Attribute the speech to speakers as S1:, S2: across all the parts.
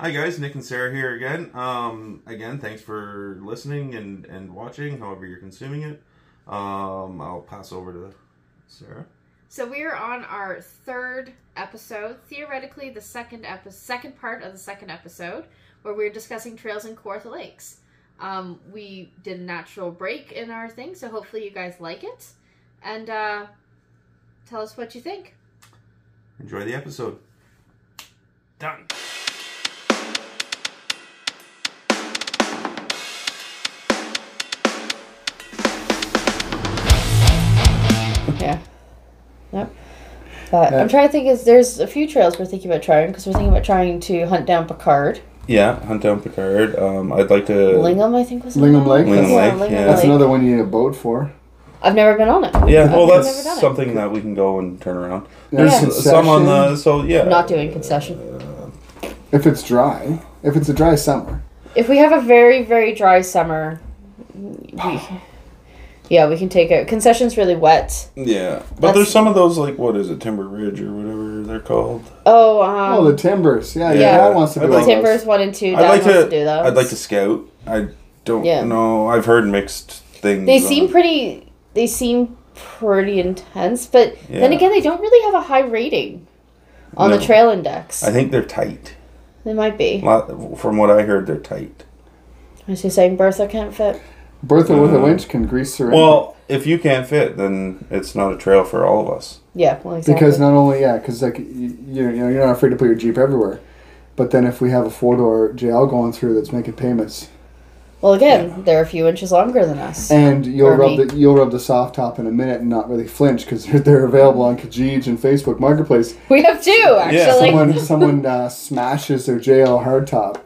S1: Hi guys, Nick and Sarah here again. Um, again, thanks for listening and and watching, however you're consuming it. Um, I'll pass over to Sarah.
S2: So we are on our third episode, theoretically the second epi- second part of the second episode, where we're discussing trails in Kawartha Lakes. Um, we did a natural break in our thing, so hopefully you guys like it, and uh, tell us what you think.
S1: Enjoy the episode.
S3: Done.
S4: Yeah. Yep. But
S1: Yeah.
S4: I'm trying to think. Is there's a few trails we're thinking about trying because we're thinking about trying to hunt down Picard,
S1: Yeah, hunt down Picard. Um, I'd like to.
S4: Lingham, I think was the
S5: Lingham
S4: one.
S5: Lake? Lingham
S4: Yeah,
S1: Lake,
S4: Lingham
S1: yeah.
S4: Lake.
S5: That's another one you need a boat for.
S4: I've never been on it.
S1: Yeah, well,
S4: I've never done
S1: that's
S4: it.
S1: something that we can go and turn around.
S5: There's
S4: Yeah.
S5: concession.
S1: Some on the so yeah.
S4: I'm not doing concession.
S5: If it's dry, if it's a dry summer,
S4: If we have a very very dry summer, we, yeah, we can take it. Concession's really wet.
S1: Yeah, but
S4: That's-
S1: there's some of those like what is it, Timber Ridge or whatever they're called.
S4: Oh, um,
S5: oh, the timbers. Yeah,
S1: Yeah.
S5: yeah. Dad wants to
S1: I'd
S5: do
S1: like-
S5: all
S4: timbers
S5: those.
S4: one and two. Dad
S1: I'd like
S4: wants
S1: to.
S4: to do those.
S1: I'd like to scout. I don't
S4: Yeah.
S1: know. I've heard mixed things.
S4: They
S1: on
S4: seem
S1: it.
S4: pretty. They seem pretty intense, but then
S1: Yeah.
S4: again, they don't really have a high rating on
S1: No.
S4: the trail index.
S1: I think they're tight.
S4: they might be.
S1: Lot- From what I heard, they're tight.
S4: Is he saying Bertha can't fit?
S5: Bertha with
S1: Uh,
S5: a winch can grease her.
S1: Well, if you can't fit, then it's not a trail for all of us.
S4: Yeah, well, exactly.
S5: because not only yeah, because like you, you know you're not afraid to put your jeep everywhere, but then if we have a four door JL going through that's making payments,
S4: well, again, they're a few inches longer than us.
S5: and you'll
S4: Or
S5: rub
S4: me.
S5: the you'll rub the soft top in a minute and not really flinch because they're, they're available on Kijij and Facebook Marketplace.
S4: We have two, actually.
S1: Yeah.
S5: Someone someone uh, smashes their JL hardtop.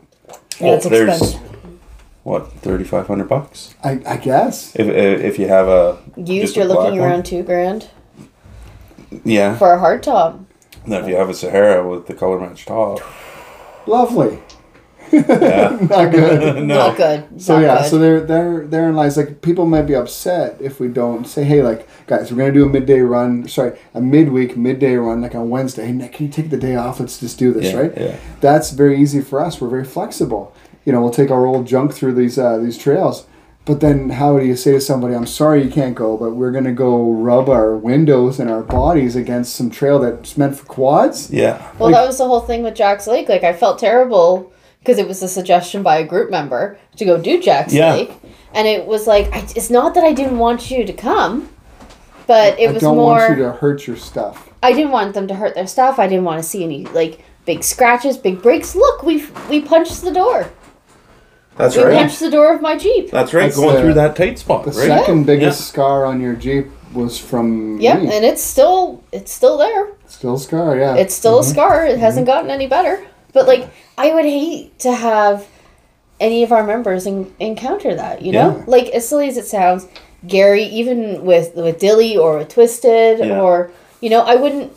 S4: Yeah, it's
S1: there's
S4: expensive.
S1: what thirty five hundred bucks
S5: I I guess
S1: if, if if you have a
S4: Used,
S1: just a
S4: you're looking
S1: black one.
S4: around two grand
S1: yeah.
S4: for a hard top.
S1: Now, if you have a Sahara with the color match top,
S5: lovely,
S1: yeah,
S5: not good.
S1: no,
S4: Not good.
S5: So
S4: not
S5: yeah,
S4: good.
S5: so there, there, therein lies like people might be upset if we don't say, hey, like guys, we're gonna do a midday run. Sorry, a midweek midday run, like on Wednesday. Hey, Nick, can you take the day off? Let's just do this,
S1: yeah,
S5: right?
S1: yeah.
S5: That's very easy for us. We're very flexible. You know, we'll take our old junk through these uh, these trails. But then, how do you say to somebody, "I'm sorry, you can't go," but we're gonna go rub our windows and our bodies against some trail that's meant for quads?
S1: yeah,
S4: well, that was the whole thing with Jack's Lake. Like, I felt terrible because it was a suggestion by a group member to go do Jack's
S1: Yeah.
S4: Lake. And it was like, I, it's not that I didn't want you to come, but it
S5: I
S4: was
S5: don't
S4: more.
S5: want you to hurt your stuff.
S4: I didn't want them to hurt their stuff. I didn't want to see any, like, big scratches, big breaks. Look, we we punched the door.
S1: that's
S4: We
S1: right.
S4: punched the door of my Jeep.
S1: That's right.
S5: That's
S1: going
S5: the-
S1: through that tight spot,
S5: The
S1: right?
S5: second biggest
S1: Yeah.
S5: scar on your Jeep was from
S4: Yeah,
S5: me.
S4: and it's still it's still there.
S5: Still scar, yeah.
S4: It's still
S1: Mm-hmm.
S4: a scar. It hasn't gotten any better. But like I would hate to have any of our members en- encounter that, you know?
S1: Yeah.
S4: Like as silly as it sounds, Gary even with with Dilly or with Twisted
S1: Yeah.
S4: or you know, I wouldn't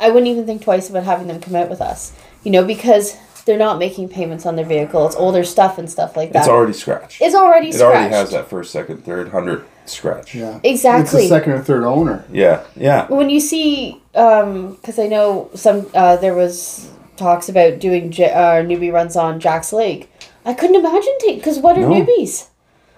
S4: I wouldn't even think twice about having them come out with us. You know, because they're not making payments on their vehicle. It's older stuff and stuff like that.
S1: It's already scratched.
S4: It's already
S1: it
S4: scratched.
S1: already has that first, second, third, hundred scratch.
S5: yeah. It's
S4: Exactly.
S5: the second or third owner.
S1: yeah, yeah.
S4: when you see um because i know some uh there was talks about doing J- uh, newbie runs on jack's lake i couldn't imagine taking because what are
S1: No.
S4: newbies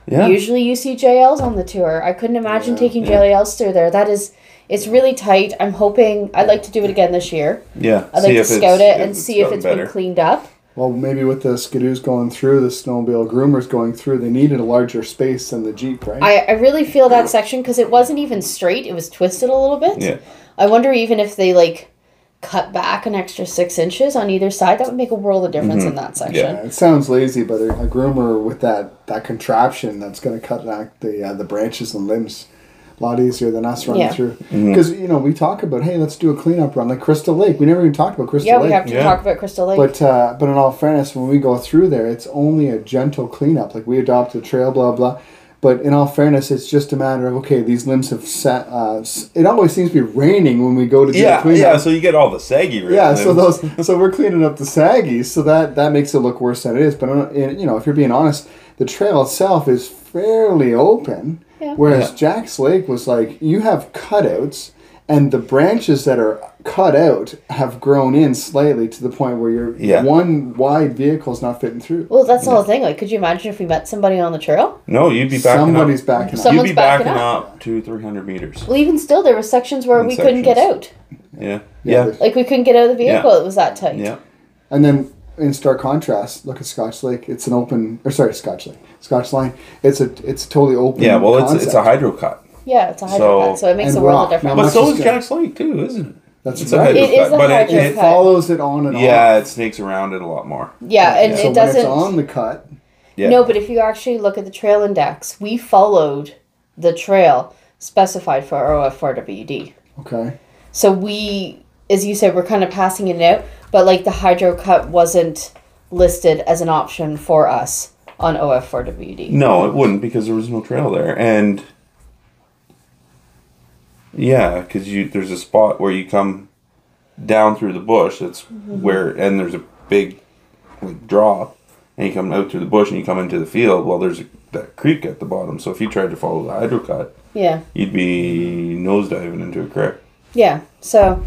S1: yeah.
S4: usually you see jls on the tour i couldn't imagine taking jls through there that is it's really tight i'm hoping i'd like to do it again this year
S1: Yeah.
S4: i'd like to
S1: it's-
S4: scout it and
S1: it's
S4: see if
S1: gotten
S4: it's
S1: better.
S4: been cleaned up
S5: Well, maybe with the skidoos going through, the snowmobile groomers going through, they needed a larger space than the Jeep, right?
S4: I, I really feel that section because it wasn't even straight it was twisted a little bit
S1: Yeah.
S4: i wonder even if they like cut back an extra six inches on either side that would make a world of difference in that section
S1: Mm-hmm. Yeah.
S5: Yeah, it sounds lazy, but a, a groomer with that, that contraption that's going to cut back the uh, the branches and limbs a lot easier than us running
S4: Yeah.
S5: through. Because, you know, we talk about, hey, let's do a cleanup run like Crystal Lake. We never even talked about Crystal
S4: Yeah,
S5: Lake.
S4: we have to
S1: Yeah.
S4: talk about Crystal Lake.
S5: But uh, but in all fairness, when we go through there, it's only a gentle cleanup. Like we adopt a trail, blah blah. But in all fairness, it's just a matter of okay, these limbs have sat. Uh, s- it always seems to be raining when we go to do the
S1: Yeah,
S5: cleanup.
S1: yeah. So you get all the saggy. red
S5: Yeah, so
S1: limbs.
S5: those, so we're cleaning up the saggies, so that that makes it look worse than it is. But uh, in- you know, if you're being honest, the trail itself is fairly open,
S4: Yeah.
S5: whereas Jack's Lake was like you have cutouts, and the branches that are cut out have grown in slightly to the point where your
S1: Yeah.
S5: one wide vehicle is not fitting through.
S4: Well, that's the whole thing. Like, could you imagine if we met somebody on the trail?
S1: No, you'd be backing
S5: Somebody's
S1: up.
S5: backing up.
S4: Someone's
S1: you'd be backing,
S4: backing
S1: up. two, three hundred meters.
S4: Well, even still, there were sections where
S1: In
S4: we couldn't get
S1: sections.
S4: out.
S1: Yeah. Yeah.
S4: Like, we couldn't get out of the vehicle. It was that tight.
S1: Yeah.
S5: And then in stark contrast, look at Scotch Lake. It's an open, or sorry, Scotch Lake, Scotch Line. It's a it's totally open.
S1: Yeah. Well, it's it's a
S5: concept.
S1: hydro cut.
S4: Yeah, it's a hydro
S1: So-
S4: cut, so it makes
S5: And
S4: a world
S5: rock.
S4: of difference.
S5: Not
S1: But
S5: much
S1: so
S5: is
S1: is
S5: good.
S1: Jack's Lake too, isn't it?
S5: That's
S1: It's
S5: right.
S1: a hydro
S4: It is
S1: cut,
S4: a
S1: but it,
S4: hydro
S5: It
S1: it,
S4: cut.
S5: follows it on and on.
S1: yeah, it snakes around it a lot more.
S4: yeah, and
S5: so
S4: it
S5: when
S4: doesn't.
S5: it's on the cut,
S1: Yeah.
S4: No, but if you actually look at the trail index, we followed the trail specified for OF4WD.
S5: okay,
S4: So we, as you said, we're kind of passing it out, but like the hydro cut wasn't listed as an option for us on OF4WD.
S1: No, it wouldn't because there was no trail there, and yeah, because you there's a spot where you come down through the bush. That's
S4: Mm-hmm.
S1: where, and there's a big like drop, and you come out through the bush and you come into the field. Well, there's a, that creek at the bottom, so if you tried to follow the hydro cut,
S4: Yeah,
S1: you'd be nosediving into a creek.
S4: yeah. So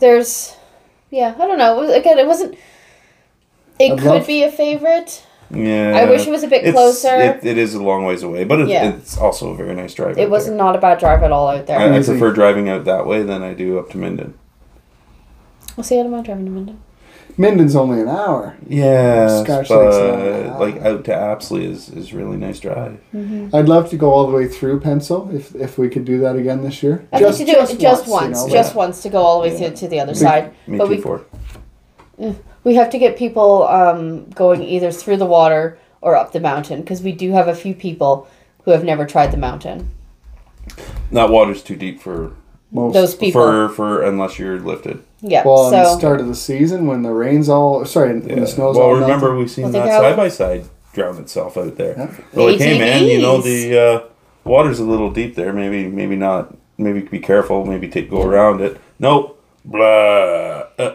S4: there's, yeah, I don't know. It was- Again, it wasn't. It
S5: I'd
S4: could
S5: love-
S4: be a favorite.
S1: Yeah,
S4: I wish it was a bit
S1: It's-
S4: closer.
S1: It, it is a long ways away, but it's,
S4: Yeah.
S1: it's also a very nice drive.
S4: It
S1: out
S4: was
S1: there.
S4: not a bad drive at all out there.
S1: I, I
S5: Amazing.
S1: prefer driving out that way than I do up to Minden.
S4: We'll see how I'm driving to Minda.
S5: Minden's only an hour.
S1: Yeah,
S5: Scotch Lake's not
S1: but
S5: bad.
S1: like out to Apsley is is really nice drive.
S4: Mm-hmm.
S5: I'd love to go all the way through Pencil if if we could do that again this year.
S4: I think to do it just once,
S5: you know,
S4: just once to go all the way
S1: Yeah.
S4: to, to the other side.
S1: Me
S4: but
S1: too
S4: we
S1: for
S4: we have to get people um, going either through the water or up the mountain because we do have a few people who have never tried the mountain.
S1: that water's too deep for
S5: most-
S4: Those people,
S1: for for unless you're lifted.
S4: yeah.
S5: Well, in the
S4: so
S5: start of the season when the rain's all sorry, when
S1: Yeah.
S5: the snow's
S1: well,
S5: all
S1: remember
S5: melted.
S1: we've seen
S4: Well, think
S1: that
S4: how-
S1: side by side drown itself out there.
S5: Yeah.
S1: We're like, hey man, you know
S4: ATVs.
S1: the uh, water's a little deep there. Maybe maybe not. Maybe be careful. Maybe take go around it. Nope. Blah. Uh,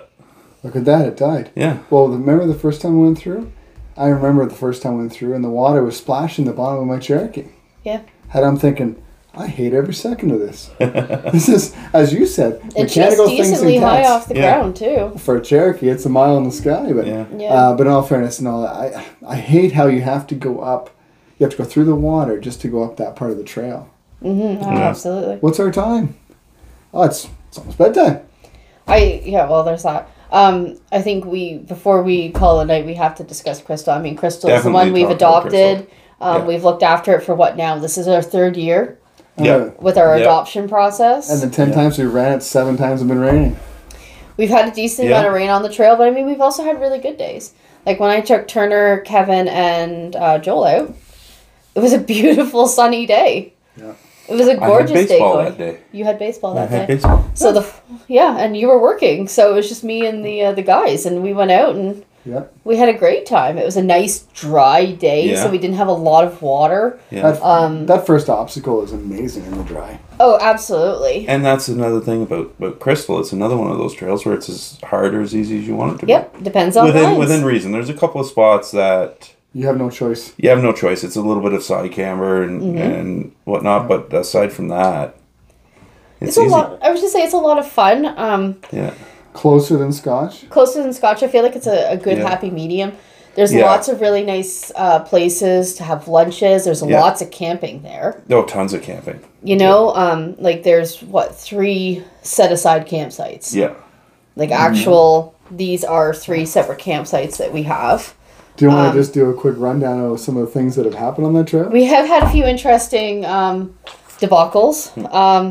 S5: Look at that, it died.
S1: yeah.
S5: Well, remember the first time we went through? I remember the first time we went through, and the water was splashing the bottom of my Cherokee.
S4: Yeah.
S5: And I'm thinking, I hate every second of this. this is, as you said,
S4: and she's
S5: mechanical things
S4: decently
S5: in
S4: high
S5: cats.
S4: off the
S1: Yeah.
S4: ground too.
S5: For a Cherokee, it's a mile in the sky. But,
S1: Yeah.
S4: Yeah.
S5: Uh, but in all fairness and all that, I, I hate how you have to go up. You have to go through the water just to go up that part of the trail.
S4: Mm-hmm, oh,
S1: Yeah.
S4: Absolutely.
S5: What's our time? Oh, it's, it's almost bedtime.
S4: I yeah. Well, there's that. Um, I think we before we call it a night, we have to discuss Crystal. I mean, Crystal is the
S1: Definitely
S4: one we've
S1: talk about
S4: adopted.
S1: Crystal.
S4: Um,
S1: Yeah.
S4: We've looked after it for what now? This is our third year
S1: Yeah.
S5: Uh,
S4: with our
S1: Yeah.
S4: adoption process.
S5: and the 10
S1: Yeah.
S5: times we ran it, seven times it's been raining.
S4: We've had a decent
S1: Yeah.
S4: amount of rain on the trail, but I mean, we've also had really good days. Like when I took Turner, Kevin, and uh, Joel out, it was a beautiful sunny day.
S5: Yeah.
S4: It was a
S1: had
S4: gorgeous day.
S1: baseball
S4: going-
S1: that day.
S4: You had baseball that day.
S1: Baseball.
S4: So the yeah, and you were working, so it was just me and the uh, the guys, and we went out and
S5: Yeah.
S4: we had a great time. It was a nice dry day,
S1: Yeah.
S4: so we didn't have a lot of water.
S1: Yeah.
S5: That,
S4: Um,
S5: that first obstacle is amazing in the dry.
S4: Oh, absolutely.
S1: And that's another thing about about Crystal. It's another one of those trails where it's as hard or as easy as you want it to be.
S4: Yep, depends on
S1: Within
S4: lines.
S1: within reason. There's a couple of spots that
S5: You have no choice.
S1: you have no choice. It's a little bit of side camber and
S4: Mm-hmm.
S1: and whatnot, but aside from that, it's,
S4: It's a
S1: easy.
S4: lot. I was just say it's a lot of fun. Um,
S1: Yeah,
S5: Closer than Scotch.
S4: closer than Scotch. I feel like it's a, a good
S1: Yeah.
S4: happy medium. There's
S1: Yeah.
S4: lots of really nice uh, places to have lunches. There's
S1: Yeah.
S4: lots of camping there.
S1: no Oh, tons of camping.
S4: You know, um, like there's what three set aside campsites.
S1: Yeah, Mm-hmm.
S4: Like actual, these are three separate campsites that we have.
S5: Do you
S4: Um,
S5: want to just do a quick rundown of some of the things that have happened on that trip?
S4: We have had a few interesting um, debacles.
S1: Hmm.
S4: Um,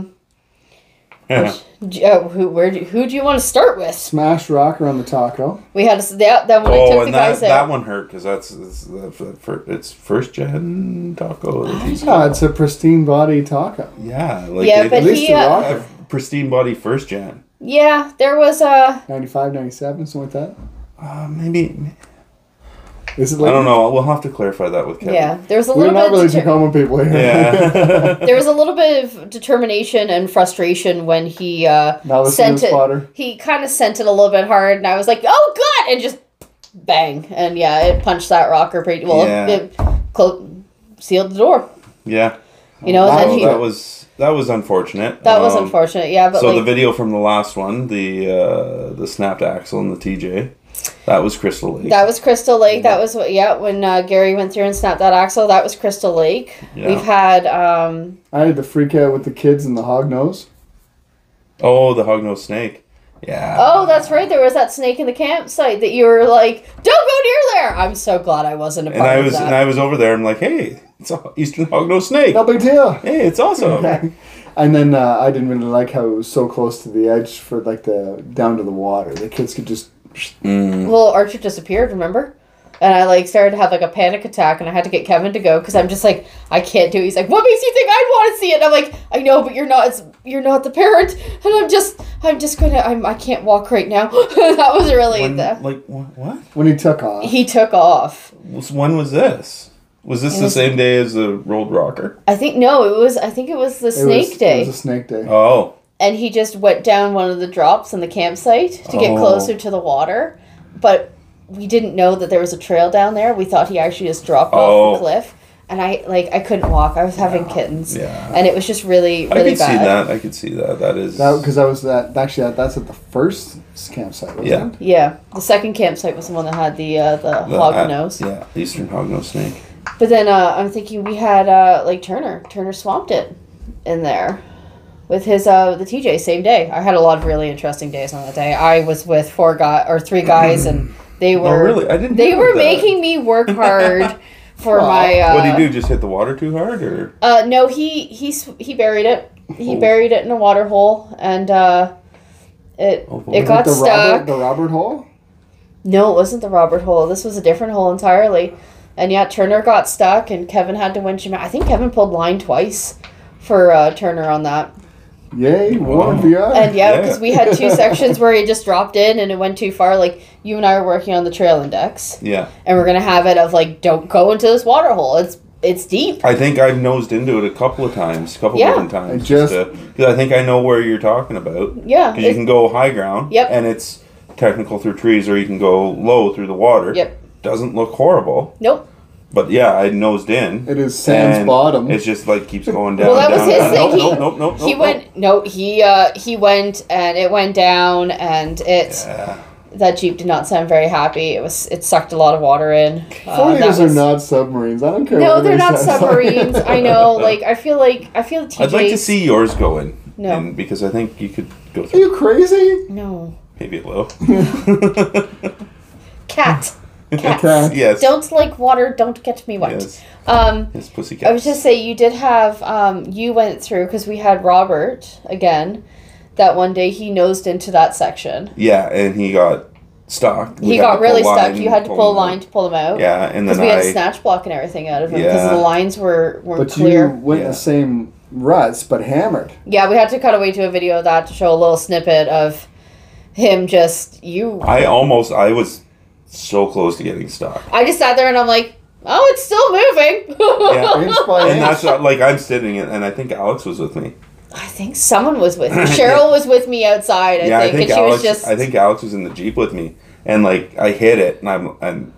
S4: j- uh, who where do, who do you want to start with?
S5: Smash rock around the taco.
S4: We had a s that that one I
S1: oh,
S4: took the
S1: and that,
S4: guys
S1: that
S4: out.
S1: one hurt because that's, that's that, that fir- it's first gen
S4: Oh,
S1: taco.
S5: Yeah, it's a pristine body taco.
S1: Yeah, like
S4: Yeah,
S1: they-
S4: but
S5: At least
S4: he,
S5: the
S4: uh,
S5: rocker.
S1: have pristine body first gen.
S4: Yeah, there was uh, a
S5: 95, 97, something like that.
S1: Uh, maybe
S5: Is it
S1: I
S5: like,
S1: don't know. We'll have to clarify that with Kevin.
S4: yeah. There was a
S5: We're
S4: little
S5: not
S4: bit.
S5: really
S4: of deter-
S5: Tacoma people here.
S1: Yeah.
S4: there was a little bit of determination and frustration when he uh,
S5: Now listen to
S4: sent
S5: this
S4: it.
S5: spotter.
S4: He kind of sent it a little bit hard, and I was like, "Oh God!" and just bang, and yeah, it punched that rocker pretty well.
S1: Yeah.
S4: It clo- sealed the door.
S1: yeah.
S4: You know, and
S1: Oh,
S4: then he,
S1: that
S4: that,
S1: was that was unfortunate.
S4: was
S1: Um,
S4: unfortunate. Yeah, but
S1: So the
S4: like,
S1: video from the last one, the uh, the snapped axle and the TJ, that was Crystal Lake.
S4: that was Crystal Lake. That was what, yeah, when uh, Gary went through and snapped that axle. That was Crystal Lake.
S1: Yeah.
S4: We've had, um,
S5: I had the freak out with the kids and the hog nose.
S1: oh, the hognose snake. Yeah.
S4: oh, that's right. There was that snake in the campsite that you were like, don't go near there. I'm so glad I wasn't a part
S1: and I
S4: of
S1: was
S4: that.
S1: and I was over there. I'm like, hey, it's a eastern hognose snake.
S5: No big deal.
S1: Hey, it's awesome.
S5: And then uh, I didn't really like how it was so close to the edge for like the down to the water. The kids could just
S4: Well, Archer disappeared, remember? And I like started to have like a panic attack, and I had to get Kevin to go because I'm just like I can't do it. He's like, "What makes you think I'd want to see it?" And I'm like, "I know, but you're not. It's, you're not the parent." And I'm just, I'm just gonna, I'm, I can't walk right now. that was really
S1: When-
S4: the.
S1: like wh- what?
S5: when he took off.
S4: He took off.
S1: Was- When was this? Was this
S4: It
S1: the
S4: was-
S1: same day as the rolled rocker?
S4: I think no, it was. I think it was the
S5: It was-
S4: snake
S5: It
S4: day,
S5: was a snake day.
S1: Oh,
S4: and he just went down one of the drops in the campsite to get
S1: Oh.
S4: closer to the water, but we didn't know that there was a trail down there. We thought he actually just dropped off
S1: Oh.
S4: the cliff, and I like I couldn't walk. I was having kittens,
S1: yeah.
S4: and it was just really
S1: I
S4: really
S1: could see
S4: bad.
S1: that. I could see that. That is.
S5: That because that was that actually that, that's at the first campsite. Wasn't
S1: Yeah.
S5: It?
S4: Yeah, the second campsite was the one that had the uh, the
S1: the-
S4: hog
S1: uh,
S4: nose.
S1: Yeah, eastern hognose snake.
S4: But then uh, I'm thinking we had uh, like Turner. Turner swamped it in there with his uh, the TJ same day. I had a lot of really interesting days on that day. I was with four guy or three guys, and they
S1: Oh,
S4: were
S1: really? I didn't.
S4: they
S1: know
S4: were
S1: that.
S4: making me work hard for
S5: Well,
S4: my. Uh,
S1: What did he do? Just hit the water too hard, or
S4: Uh, no, he he s- he buried it. He buried it in a water hole, and uh, it
S1: Oh, boy.
S4: it
S5: Like
S4: got
S5: the
S4: stuck.
S5: Robert, the Robert Hole.
S4: No, it wasn't the Robert hole. This was a different hole entirely. And yeah, Turner got stuck, and Kevin had to winch him out. I think Kevin pulled line twice for uh, Turner on that.
S5: Yay! One
S1: Wow.
S5: VR.
S4: And yeah,
S1: Yeah.
S4: because we had two sections where he just dropped in and it went too far. Like you and I were working on the trail index,
S1: yeah?
S4: and we're gonna have it of like, don't go into this water hole. It's it's deep.
S1: I think I've nosed into it a couple of times, a couple
S4: Yeah.
S1: different times.
S5: I just-
S1: because I think I know where you're talking about.
S4: Yeah.
S1: Because you
S4: it-
S1: can go high ground.
S4: Yep.
S1: And it's technical through trees, or you can go low through the water.
S4: Yep.
S1: Doesn't look horrible,
S4: nope.
S1: but yeah, I nosed in.
S5: It is Sam's
S1: and
S5: bottom.
S1: It's just like keeps going down.
S4: Well, that was
S1: down,
S4: his
S1: down.
S4: thing.
S1: Nope, nope,
S4: He-
S1: nope, nope,
S4: he
S1: nope,
S4: went. No, he uh, he went, and it went down, and it.
S1: Yeah.
S4: that jeep did not sound very happy. It was it sucked a lot of water in.
S5: Some
S4: Uh,
S5: of
S4: that
S5: these
S4: was-
S5: are not submarines. I don't care.
S4: No,
S5: what
S4: they're not
S5: anybody says.
S4: submarines. I know. Like I feel like I feel TJ.
S1: I'd like to see yours go in.
S4: No.
S1: And because I think you could go
S5: Are
S1: through
S5: you crazy?
S4: No
S1: maybe a little.
S4: cat. Cats.
S5: Cat.
S1: yes.
S4: Don't like water. Don't get me wet.
S1: Yes.
S4: Um,
S1: Yes, pussycat.
S4: I was just say you did have um, you went through because we had Robert again. That one day he nosed into that section.
S1: Yeah, and he got stuck. We
S4: he
S1: had to
S4: got
S1: pull
S4: really stuck.
S1: line,
S4: You had to pull a
S1: him out.
S4: line to pull him out.
S1: Yeah, and
S4: Because
S1: then
S4: we had
S1: I.
S4: to snatch block and everything out of him because
S1: Yeah.
S4: the lines were weren't
S5: But
S4: clear.
S5: you went
S1: Yeah.
S5: the same ruts, but hammered.
S4: Yeah, we had to cut away to a video of that to show a little snippet of him just you.
S1: I almost. I was so close to getting stuck.
S4: I just sat there and I'm like, oh, it's still moving.
S1: Yeah.
S5: Inch
S4: Oh,
S5: by
S1: And that's
S5: inch.
S1: not, like I'm sitting, in, and I think Alex was with me.
S4: I think someone was with me. Cheryl was with me outside. I
S1: yeah,
S4: think,
S1: I think
S4: and she
S1: Alex.
S4: was just.
S1: I think Alex was in the jeep with me, and like I hit it, and I'm and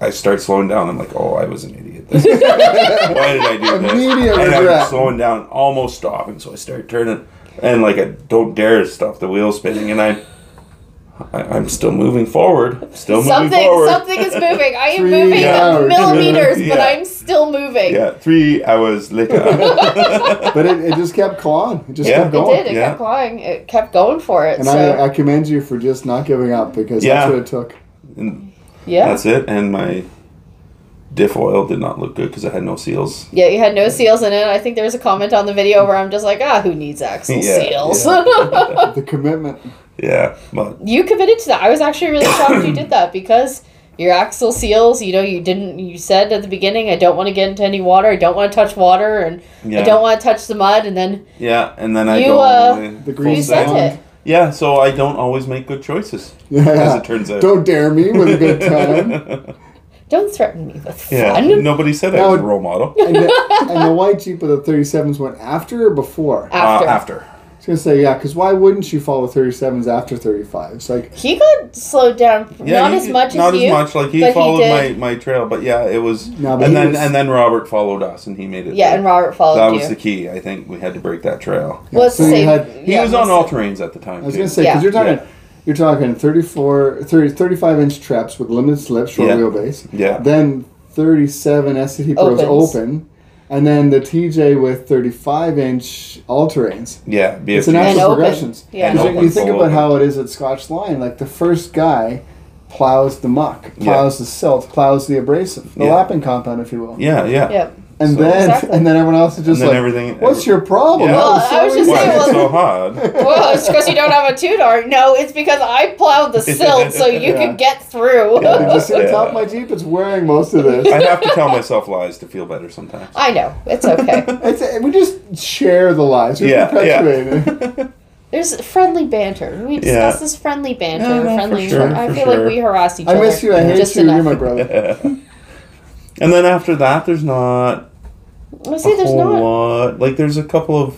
S1: I start slowing down. I'm like, oh, I was an idiot. Why did I do this?
S5: Immediate
S1: and I'm
S5: regret.
S1: slowing down, almost stopping. So I start turning, and like I don't dare stop the wheel spinning, and I. I, I'm still moving forward. Still moving
S4: Something,
S1: forward.
S4: something is moving. I am
S5: Three
S4: moving
S5: hours.
S4: millimeters, but
S1: Yeah.
S4: I'm still moving.
S1: Yeah, three hours later.
S5: But it, it just kept clawing. It just
S1: Yeah.
S5: kept
S4: It
S5: going.
S4: did. It
S1: Yeah.
S4: kept clawing. It kept going for it.
S5: And
S4: so
S5: I, I commend you for just not giving up because
S1: Yeah.
S5: that's what it took.
S1: And
S4: yeah,
S1: That's it. And my diff oil did not look good because I had no seals.
S4: yeah. You had no seals in it. I think there was a comment on the video where I'm just like, ah, who needs axle
S1: Yeah,
S4: seals?
S5: The commitment.
S1: Yeah, but
S4: you committed to that. I was actually really shocked you did that because your axle seals, you know, you didn't, you said at the beginning, I don't want to get into any water, I don't want to touch water, and
S1: yeah,
S4: I don't want to touch the mud, and then
S1: yeah. And then I
S4: You,
S1: go
S4: uh,
S1: on my
S5: The
S1: full
S5: green
S4: you
S5: Full
S4: sent
S5: sound.
S4: it.
S1: Yeah, so I don't always make good choices, as
S5: Yeah.
S1: it turns out.
S5: Don't dare me with a good time.
S4: Don't threaten me with
S1: yeah, uh,
S4: fun.
S1: nobody said I was a
S5: No.
S1: role model.
S5: and, the, and the white Jeep with the 37s went after or before?
S1: Uh,
S4: After.
S1: after.
S5: Because gonna say yeah, because why wouldn't you follow thirty sevens after thirty fives? Like
S4: He got slowed down,
S1: Yeah,
S4: not
S1: he
S4: as
S1: did-
S4: much
S1: not
S4: as you.
S1: as much. Like he
S4: but he
S1: followed my,
S4: did.
S1: my trail, but yeah, it was.
S5: No, but
S1: and
S5: he
S1: then
S5: was-
S1: and then Robert followed us, and he made it.
S4: Yeah,
S1: there.
S4: and Robert followed
S1: that
S4: you.
S1: was the key. I think we had to break that trail.
S4: Well, it's
S5: So
S4: the
S5: you
S4: same.
S5: had-
S1: He
S4: yeah,
S1: was on
S4: it's-
S1: all terrains at the time.
S5: I was
S1: too.
S5: gonna say because
S4: Yeah.
S5: you're talking you're talking 34, 30, 35 inch traps with limited slip, short
S1: Yeah.
S5: wheelbase.
S1: Yeah.
S5: Then thirty seven SCT Pros
S4: Opens.
S5: open, and then the TJ with thirty five inch all terrains.
S1: Yeah, BFG.
S5: It's an
S4: And
S5: actual
S4: open.
S5: progression.
S4: Yeah.
S1: And
S5: You-
S1: open,
S5: you think
S1: full
S5: about
S1: open.
S5: how it is at Scotch Line. Like the first guy plows the muck,
S1: Yeah.
S5: plows the silt, plows the abrasive, the
S1: Yeah.
S5: lapping compound, if you will.
S1: Yeah, yeah.
S4: Yeah.
S5: And
S1: So-
S5: then
S4: Exactly.
S5: and then everyone else is just
S1: then
S5: like,
S1: everything-
S5: "What's your problem?"
S1: Yeah.
S5: That
S1: Well,
S5: was
S4: I was
S5: so
S4: just
S5: easy.
S1: Why
S4: saying,
S1: is it
S4: well-
S1: so hard?
S4: Well, it's because you don't have a Tudor. No, it's because I plowed the silt so you
S5: Yeah.
S4: could get through.
S5: Did you see the
S1: Yeah.
S5: top of my Jeep? It's wearing most of this.
S1: I have to tell myself lies to feel better sometimes.
S4: I know. It's okay.
S5: It's, we just share the lies. We
S1: Yeah,
S5: perpetuate it.
S4: There's friendly banter. We discuss this friendly banter.
S1: Yeah, no, for
S4: friendly.
S1: sure,
S4: I
S1: for
S4: feel
S1: sure.
S4: like we harass each
S5: I
S4: other.
S5: miss you. I hate
S4: just
S5: you.
S4: Enough.
S5: You're my brother.
S1: And then after that, there's not
S4: Well, see,
S1: a
S4: there's
S1: whole
S4: not.
S1: lot. Like there's a couple of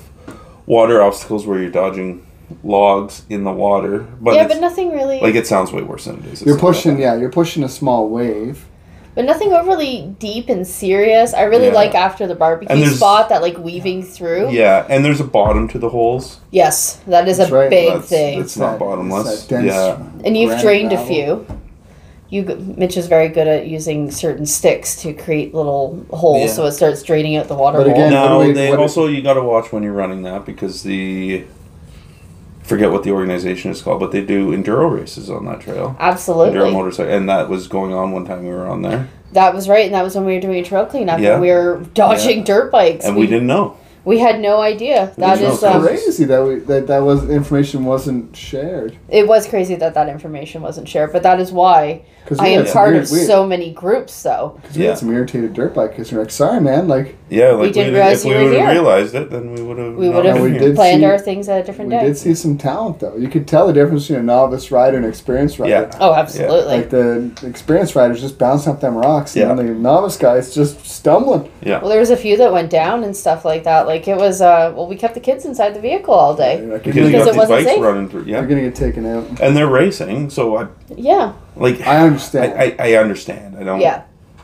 S1: water obstacles where you're dodging logs in the water, but,
S4: yeah,
S1: it's-
S4: but nothing really.
S1: like it sounds way worse than it is. It's
S5: You're
S1: not that
S5: pushing.
S1: bad.
S5: Yeah, you're pushing a small wave.
S4: But nothing overly deep and serious. I really
S1: Yeah.
S4: like after the
S1: And
S4: barbecue
S1: there's-
S4: spot that like weaving through.
S1: Yeah, and there's a bottom to the holes.
S4: Yes, that is
S5: That's
S4: a
S5: right.
S4: big
S1: That's-
S4: thing.
S1: It's not
S5: that-
S1: bottomless.
S5: it's that dense
S1: Yeah.
S4: And you've
S5: granite
S4: drained a
S5: gravel.
S4: few. You, g- Mitch is very good at using certain sticks to create little holes,
S1: Yeah.
S4: so it starts draining out the water.
S5: But
S4: hole.
S5: again- And what
S1: Now
S5: do we-
S1: they
S5: what do-
S1: also you got to watch when you're running that because the forget what the organization is called, but they do enduro races on that trail. Enduro
S4: absolutely,
S1: motorcycle, and that was going on one time we were on there,
S4: that was right, and that was when we were doing a trail cleanup.
S1: Yeah.
S4: and we were dodging dirt bikes,
S1: and we, didn't know.
S4: We had no idea.
S1: We didn't
S4: That
S1: know
S4: is,
S1: it was
S4: um,
S1: crazy.
S5: Crazy that we that that was information wasn't shared.
S4: it was crazy that that information wasn't shared, but that is why
S5: Because
S4: I am part of
S5: we, had-
S4: so many groups, though.
S5: 'cause we had
S1: Yeah.
S5: some irritated dirt bike. Because we're like, sorry, man. Like
S1: Yeah, like
S4: didn't
S1: we-
S4: realize
S1: if we
S4: you were
S1: would have
S4: here.
S1: realized it, then we would have.
S4: We
S1: not
S4: would have
S1: been
S5: we
S1: here.
S5: did
S4: planned
S5: see-
S4: our things at a
S5: we
S4: different day.
S5: did see some talent though. You could tell the difference between a novice rider and an experienced rider.
S1: Yeah.
S4: Oh, absolutely.
S5: Like the experienced riders just bouncing off them rocks, and
S1: Yeah.
S5: then the novice guy's just stumbling.
S1: Yeah.
S4: Well, there was a few that went down and stuff like that. Like it was, uh, well, we kept the kids inside the vehicle all day.
S5: Like,
S1: Because you
S4: Because
S1: got
S4: it
S1: these
S4: wasn't
S1: bikes
S4: safe.
S1: running through, yeah,
S5: you're gonna get taken out.
S1: and they're racing. So I
S4: Yeah,
S1: like.
S5: I understand.
S1: I, I, I understand. I don't.
S4: yeah.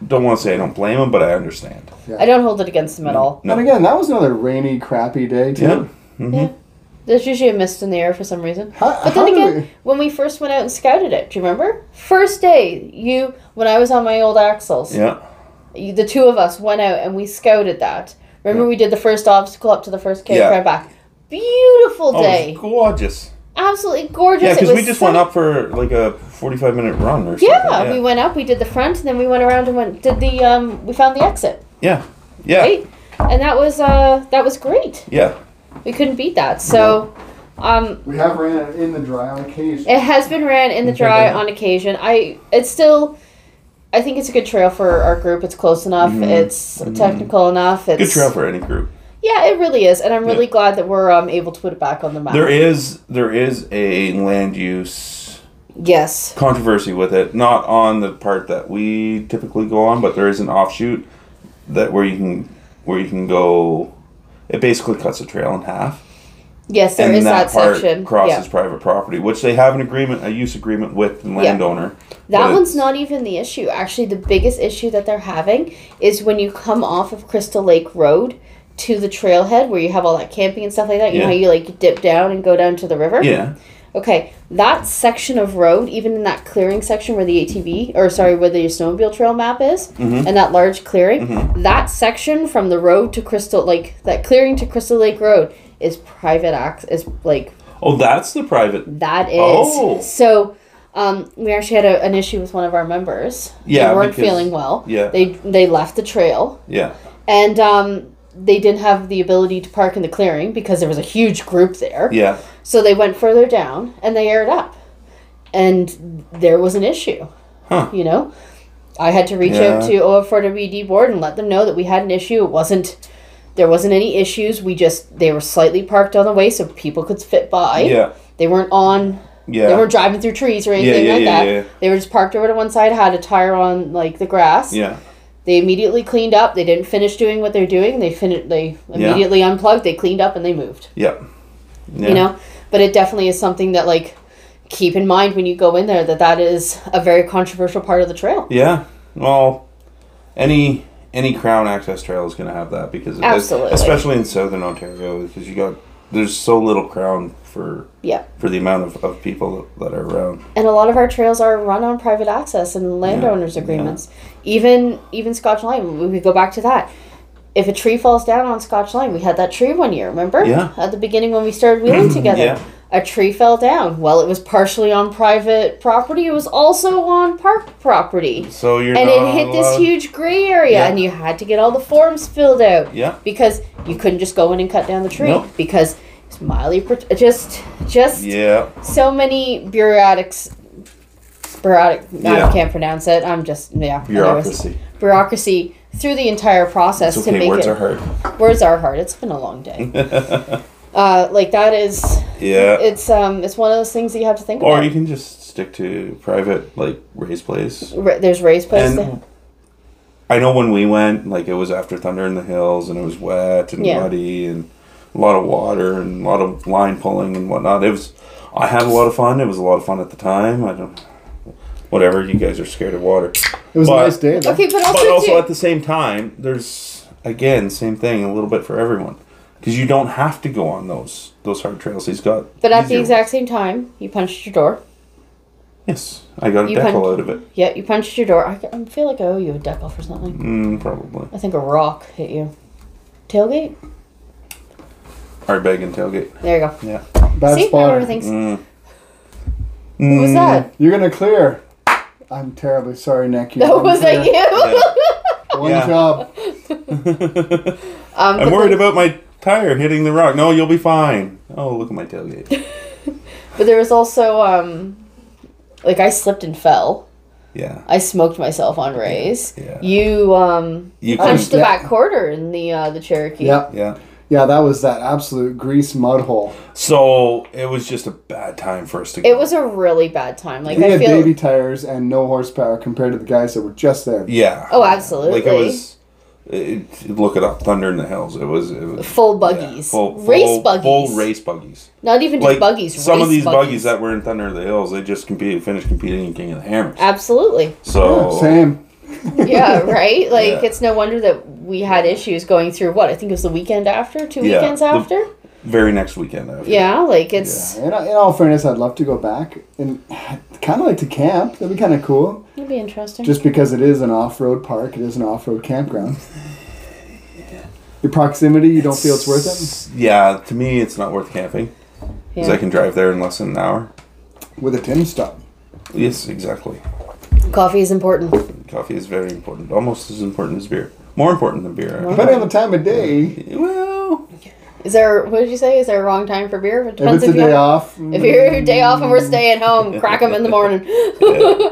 S1: Don't want to say I don't blame them, but I understand.
S4: I don't hold it against them at all.
S1: No.
S5: And again, that was another rainy, crappy day too.
S1: Yeah. hmm
S4: Yeah. There's usually a mist in the air for some reason.
S5: How,
S4: But
S5: how
S4: then
S5: do
S4: again,
S5: we-
S4: when we first went out and scouted it, do you remember? First day, you when I was on my old axles,
S1: Yeah.
S4: you, the two of us went out and we scouted that. Remember, we did the first obstacle up to the first cave
S1: Yeah.
S4: right back. Beautiful
S1: Oh,
S4: day,
S1: it's gorgeous.
S4: absolutely gorgeous.
S1: Yeah,
S4: It
S1: because we
S4: was
S1: just
S4: sunny.
S1: went up for like a forty-five minute run or something.
S4: Yeah, we went up. We did the front, and then we went around and went did the um. We found the exit,
S1: yeah, yeah,
S4: right? And that was uh that was great.
S1: yeah.
S4: We couldn't beat that. So, um,
S5: we have ran in the dry on occasion.
S4: it has been ran in the
S1: Okay,
S4: dry
S1: then.
S4: on occasion. I it's still. I think it's a good trail for our group. It's close enough.
S1: Mhm.
S4: It's technical enough. It's
S1: Good trail for any group.
S4: Yeah, it really is, and I'm really
S1: Yeah.
S4: glad that we're um, able to put it back on the map.
S1: There is there is a land use
S4: yes,
S1: controversy with it, not on the part that we typically go on, but there is an offshoot that where you can where you can go. It basically cuts the trail in half,
S4: yes, there
S1: and
S4: is
S1: that,
S4: that,
S1: part
S4: section.
S1: crosses
S4: yeah,
S1: private property, which they have an agreement, a use agreement with the landowner.
S4: that
S1: but it's-
S4: one's not even the issue. Actually, the biggest issue that they're having is when you come off of Crystal Lake Road to the trailhead where you have all that camping and stuff like that. You know
S1: Yeah.
S4: how you like dip down and go down to the river.
S1: Yeah,
S4: Okay, that section of road, even in that clearing section where the ATV, or sorry, where the snowmobile trail map is,
S1: Mm-hmm.
S4: and that large clearing, that section from the road to Crystal, like that clearing to Crystal Lake Road, is private acts. Is like
S1: Oh, that's the private.
S4: that is
S1: Oh.
S4: so. Um, we actually had a, an issue with one of our members.
S1: Yeah,
S4: they weren't
S1: because-
S4: feeling well.
S1: yeah.
S4: they they left the trail
S1: Yeah,
S4: and um, they didn't have the ability to park in the clearing because there was a huge group there.
S1: yeah.
S4: So they went further down and they aired up. And there was an issue.
S1: Huh.
S4: You know? I had to reach out to
S1: Yeah.
S4: OF4WD board and let them know that we had an issue. It wasn't there wasn't any issues. We just they were slightly parked on the way so people could fit by.
S1: Yeah,
S4: They weren't on
S1: yeah.
S4: they weren't driving through trees or
S1: yeah,
S4: anything
S1: yeah,
S4: like
S1: yeah,
S4: that.
S1: yeah.
S4: They were just parked over to one side, had a tire on like the grass.
S1: yeah,
S4: They immediately cleaned up. They didn't finish doing what they're doing. They fin- they immediately unplugged, they cleaned up and they moved.
S1: yeah. Yeah.
S4: you know but it definitely is something that like keep in mind when you go in there that that is a very controversial part of the trail
S1: Yeah. Well, any any crown access trail is going to have that because it-
S4: Absolutely.
S1: especially in southern Ontario because you got there's so little crown for
S4: yeah
S1: for the amount of, of people that are around.
S4: and a lot of our trails are run on private access and landowners agreements even even scotch line we could go back to that if a tree falls down on scotch line we had that tree one year remember
S1: Yeah.
S4: at the beginning when we started wheeling together
S1: Yeah.
S4: a tree fell down well it was partially on private property it was also on park property
S1: So you're
S4: and
S1: not
S4: it hit this
S1: allowed-
S4: huge gray area
S1: Yeah.
S4: and you had to get all the forms filled out
S1: Yeah.
S4: because you couldn't just go in and cut down the tree
S1: Nope.
S4: because it's mildly pro- just just
S1: Yeah.
S4: so many bureaucratics bureaucratic
S1: Yeah.
S4: I can't pronounce it I'm just yeah anyways.
S1: Bureaucracy.
S4: bureaucracy through the entire process
S1: It's
S4: to
S1: okay.
S4: make
S1: Words
S4: it
S1: are hard.
S4: words are hard it's been a long day uh, like that is
S1: Yeah.
S4: it's um it's one of those things that you have to think
S1: or
S4: about
S1: you can just stick to private like race place.
S4: Ra- there's race places
S1: And I know when we went, like it was after Thunder in the Hills, and it was wet and
S4: Yeah.
S1: muddy, and a lot of water and a lot of line pulling and whatnot. It was, I had a lot of fun. It was a lot of fun at the time. I don't, whatever. You guys are scared of water,
S5: It was
S1: But-
S5: a nice day. Though.
S4: okay but also,
S1: but also
S4: too,
S1: at the same time, there's again same thing a little bit for everyone because you don't have to go on those those hard trails. He's got,
S4: but at the
S1: easier-
S4: exact same time you punched your door
S1: yes, I got a
S4: you punch-
S1: decal out of it.
S4: Yeah, you punched your door. I, I feel like I owe you a deck off or something.
S1: Mm, probably
S4: I think a rock hit you. Tailgate?
S1: our bag and tailgate.
S4: There you go.
S1: Yeah.
S5: Bad
S4: See, now
S5: spot.
S4: everything's.
S1: Mm.
S4: What was that?
S5: You're gonna clear. I'm terribly sorry, Nick. You
S4: That
S5: didn't
S4: was that
S5: clear.
S4: you?
S5: One
S1: Yeah.
S5: job.
S4: Um,
S1: I'm
S4: but
S1: worried
S4: there-
S1: about my tire hitting the rock. No, you'll be fine. Oh, look at my tailgate.
S4: But there was also um, like I slipped and fell.
S1: Yeah.
S4: I smoked myself on rays.
S1: Yeah.
S4: You um
S1: You
S4: punched
S1: can.
S4: the
S5: yeah.
S4: back quarter in the uh, the Cherokee.
S5: Yeah,
S1: Yeah.
S5: yeah, that was that absolute grease mud hole.
S1: So it was just a bad time for us to go.
S4: It was a really bad time. Like
S5: We
S4: I
S5: had
S4: feel.
S5: baby tires and no horsepower compared to the guys that were just there.
S1: Yeah.
S4: Oh, absolutely.
S1: Like it was. It, look it up. Thunder in the Hills. It was. It was
S4: Full
S1: yeah,
S4: buggies,
S1: full-
S4: race
S1: full-
S4: buggies,
S1: Full race buggies.
S4: not even just buggies.
S1: Some of
S4: race
S1: these buggies. that were in Thunder in the Hills, they just competed, finished competing in King of the Hammers.
S4: absolutely
S1: So
S5: Oh, Same.
S4: yeah, right? Like
S1: Yeah.
S4: it's no wonder that we had issues going through what I think it was the weekend after, two
S1: Yeah,
S4: weekends
S1: the-
S4: after.
S1: very next weekend. After.
S4: yeah, like it's
S5: In, in all fairness, I'd love to go back and kind of like to camp. That'd be kind of cool,
S4: it'll be interesting.
S5: just because it is an off-road park. It is an off-road campground. Your proximity, you don't feel it's worth it.
S1: Yeah. To me, it's not worth camping because
S4: yeah.
S1: I can drive there in less than an hour.
S5: With a tin stop.
S1: Yes, exactly.
S4: Coffee is important.
S1: Coffee is very important, almost as important as beer. More important than beer. actually.
S5: Depending on the time of day,
S1: Well,
S4: Is there what did you say? Is there a wrong time for beer? It
S5: if
S4: depends
S5: it's
S4: if,
S5: a
S4: you
S5: day off,
S4: if you're your day off and we're staying home, crack them in the morning.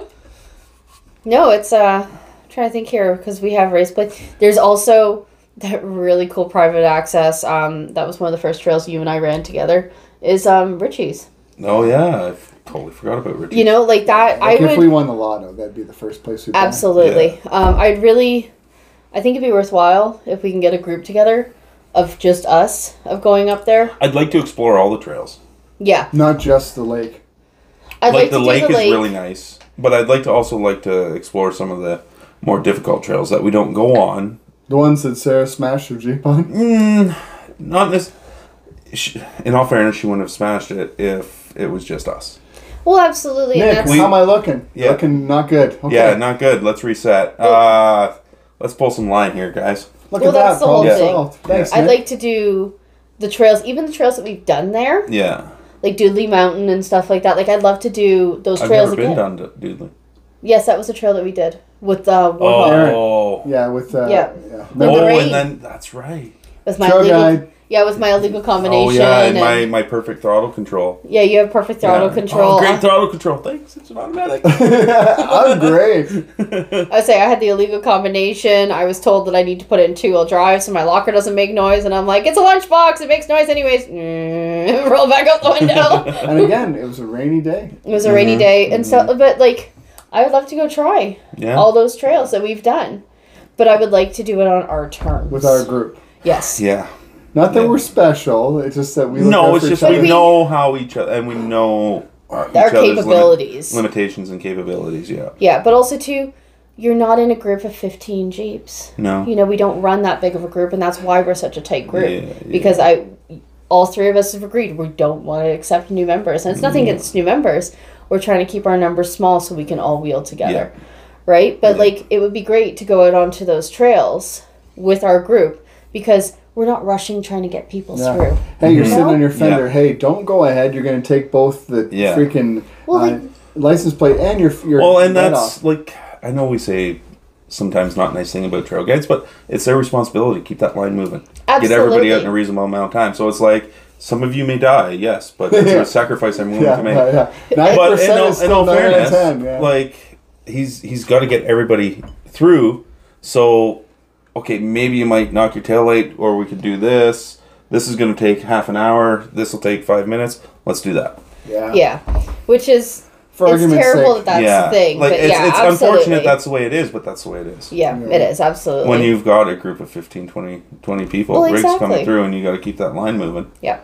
S4: no, it's uh I'm trying to think here because we have race play. There's also that really cool private access. Um, that was one of the first trails you and I ran together. Is um Richie's.
S1: oh yeah, I f- totally forgot about Richie.
S4: You know, like that.
S5: like
S4: I
S5: if
S4: would
S5: we won the lotto, that'd be the first place we'd
S4: Absolutely. Um, I'd really, I think it'd be worthwhile if we can get a group together of just us of going up there.
S1: I'd like to explore all the trails.
S4: Yeah,
S5: Go. Not just the lake.
S4: I'd like,
S1: like the
S4: to
S1: lake
S4: do the
S1: is
S4: lake.
S1: really nice, but I'd like to also like to explore some of the more difficult trails that we don't go on.
S5: The ones that Sarah smashed her Jeep on.
S1: Mm, not this. She, in all fairness, she wouldn't have smashed it if it was just us.
S4: well, absolutely. and
S5: Nick,
S4: that's,
S5: how am I looking?
S1: Yeah.
S5: Looking not good. Okay.
S1: Yeah, not good. Let's reset. Uh, let's pull some line here, guys.
S5: Look
S4: Well,
S5: at that.
S4: that's the whole
S5: problem
S4: thing.
S5: solved. Thanks,
S4: I'd
S5: Nick.
S4: like to do the trails, even the trails that we've done there,
S1: Yeah,
S4: like Doodley Mountain and stuff like that. Like I'd love to do those
S1: I've
S4: trails
S1: never been
S4: again.
S1: down to Doodley.
S4: Yes, that was a trail that we did with uh, Warhol.
S1: Oh,
S5: Yeah, with uh,
S4: Yeah.
S5: yeah.
S4: With the
S1: oh,
S4: rain.
S1: and then that's right.
S4: With my
S5: Trail
S4: illegal,
S5: guide.
S4: yeah, with my illegal
S1: Oh
S4: combination.
S1: yeah, and
S4: and-
S1: my, my perfect throttle control.
S4: yeah, you have perfect throttle
S1: Yeah.
S4: control.
S1: Oh, great throttle control. Thanks. It's an automatic.
S5: I'm great.
S4: I would say I had the illegal combination. I was told that I need to put it in two wheel drive so my locker doesn't make noise, and I'm like, it's a lunchbox. It makes noise anyways. Mm, roll back out the window.
S5: And again, it was a rainy day.
S4: it was a
S1: Mm-hmm.
S4: rainy day, and so but like, I would love to go try
S1: yeah.
S4: all those trails that we've done, but I would like to do it on our terms.
S5: With our group.
S4: yes,
S1: yeah.
S5: Not that
S1: Yeah.
S5: we're special. It's just that we. look out
S1: No, it's
S5: for
S1: just
S5: each
S1: we
S5: other.
S4: But we-
S1: know how each other and we know our, each
S4: Our
S1: other's limit-
S4: capabilities.
S1: limitations and capabilities. Yeah.
S4: Yeah, but also too, you're not in a group of fifteen jeeps.
S1: No.
S4: You know, we don't run that big of a group, and that's why we're such a tight group.
S1: Yeah, yeah.
S4: Because I, all three of us have agreed we don't want to accept new members, and it's
S1: Mm-hmm.
S4: nothing against new members. We're trying to keep our numbers small so we can all wheel together, right? But
S1: Yeah.
S4: like, it would be great to go out onto those trails with our group because we're not rushing trying to get people
S5: Yeah.
S4: through.
S5: Hey, you're
S4: Mhm.
S5: sitting on your
S1: Yeah.
S5: fender. Hey, don't go ahead. You're going to take both the
S1: Yeah.
S5: freaking
S4: Well,
S5: uh,
S4: like-
S5: license plate and your your
S1: Well, and
S5: net
S1: that's
S5: off.
S1: like I know we say sometimes not nice thing about trail guides, but it's their responsibility to keep that line moving, get everybody out in
S4: Absolutely.
S1: a reasonable amount of time. So it's like some of you may die, yes, but it's
S5: Yeah.
S1: a sacrifice I'm willing
S5: yeah,
S1: to make.
S5: yeah, yeah. Nine
S1: But in
S5: percent
S1: all,
S5: is
S1: in all
S5: still nine out
S1: fairness,
S5: of ten. Yeah.
S1: like he's he's got to get everybody through. So okay, maybe you might knock your tail light, or we could do this. This is going to take half an hour. This will take five minutes. Let's do that.
S5: yeah.
S4: Yeah, which is
S5: For
S4: it's
S5: argument's
S4: terrible
S5: sake.
S4: that that's
S1: yeah,
S4: the thing.
S1: like
S4: but
S1: it's,
S4: yeah,
S1: it's
S4: absolutely.
S1: unfortunate that's the way it is, but that's the way it is.
S4: yeah,
S5: Yeah.
S4: it is absolutely
S1: when you've got a group of 15 20, 20 people
S4: Well,
S1: rigs
S4: exactly.
S1: coming through and you got to keep that line moving
S4: yeah.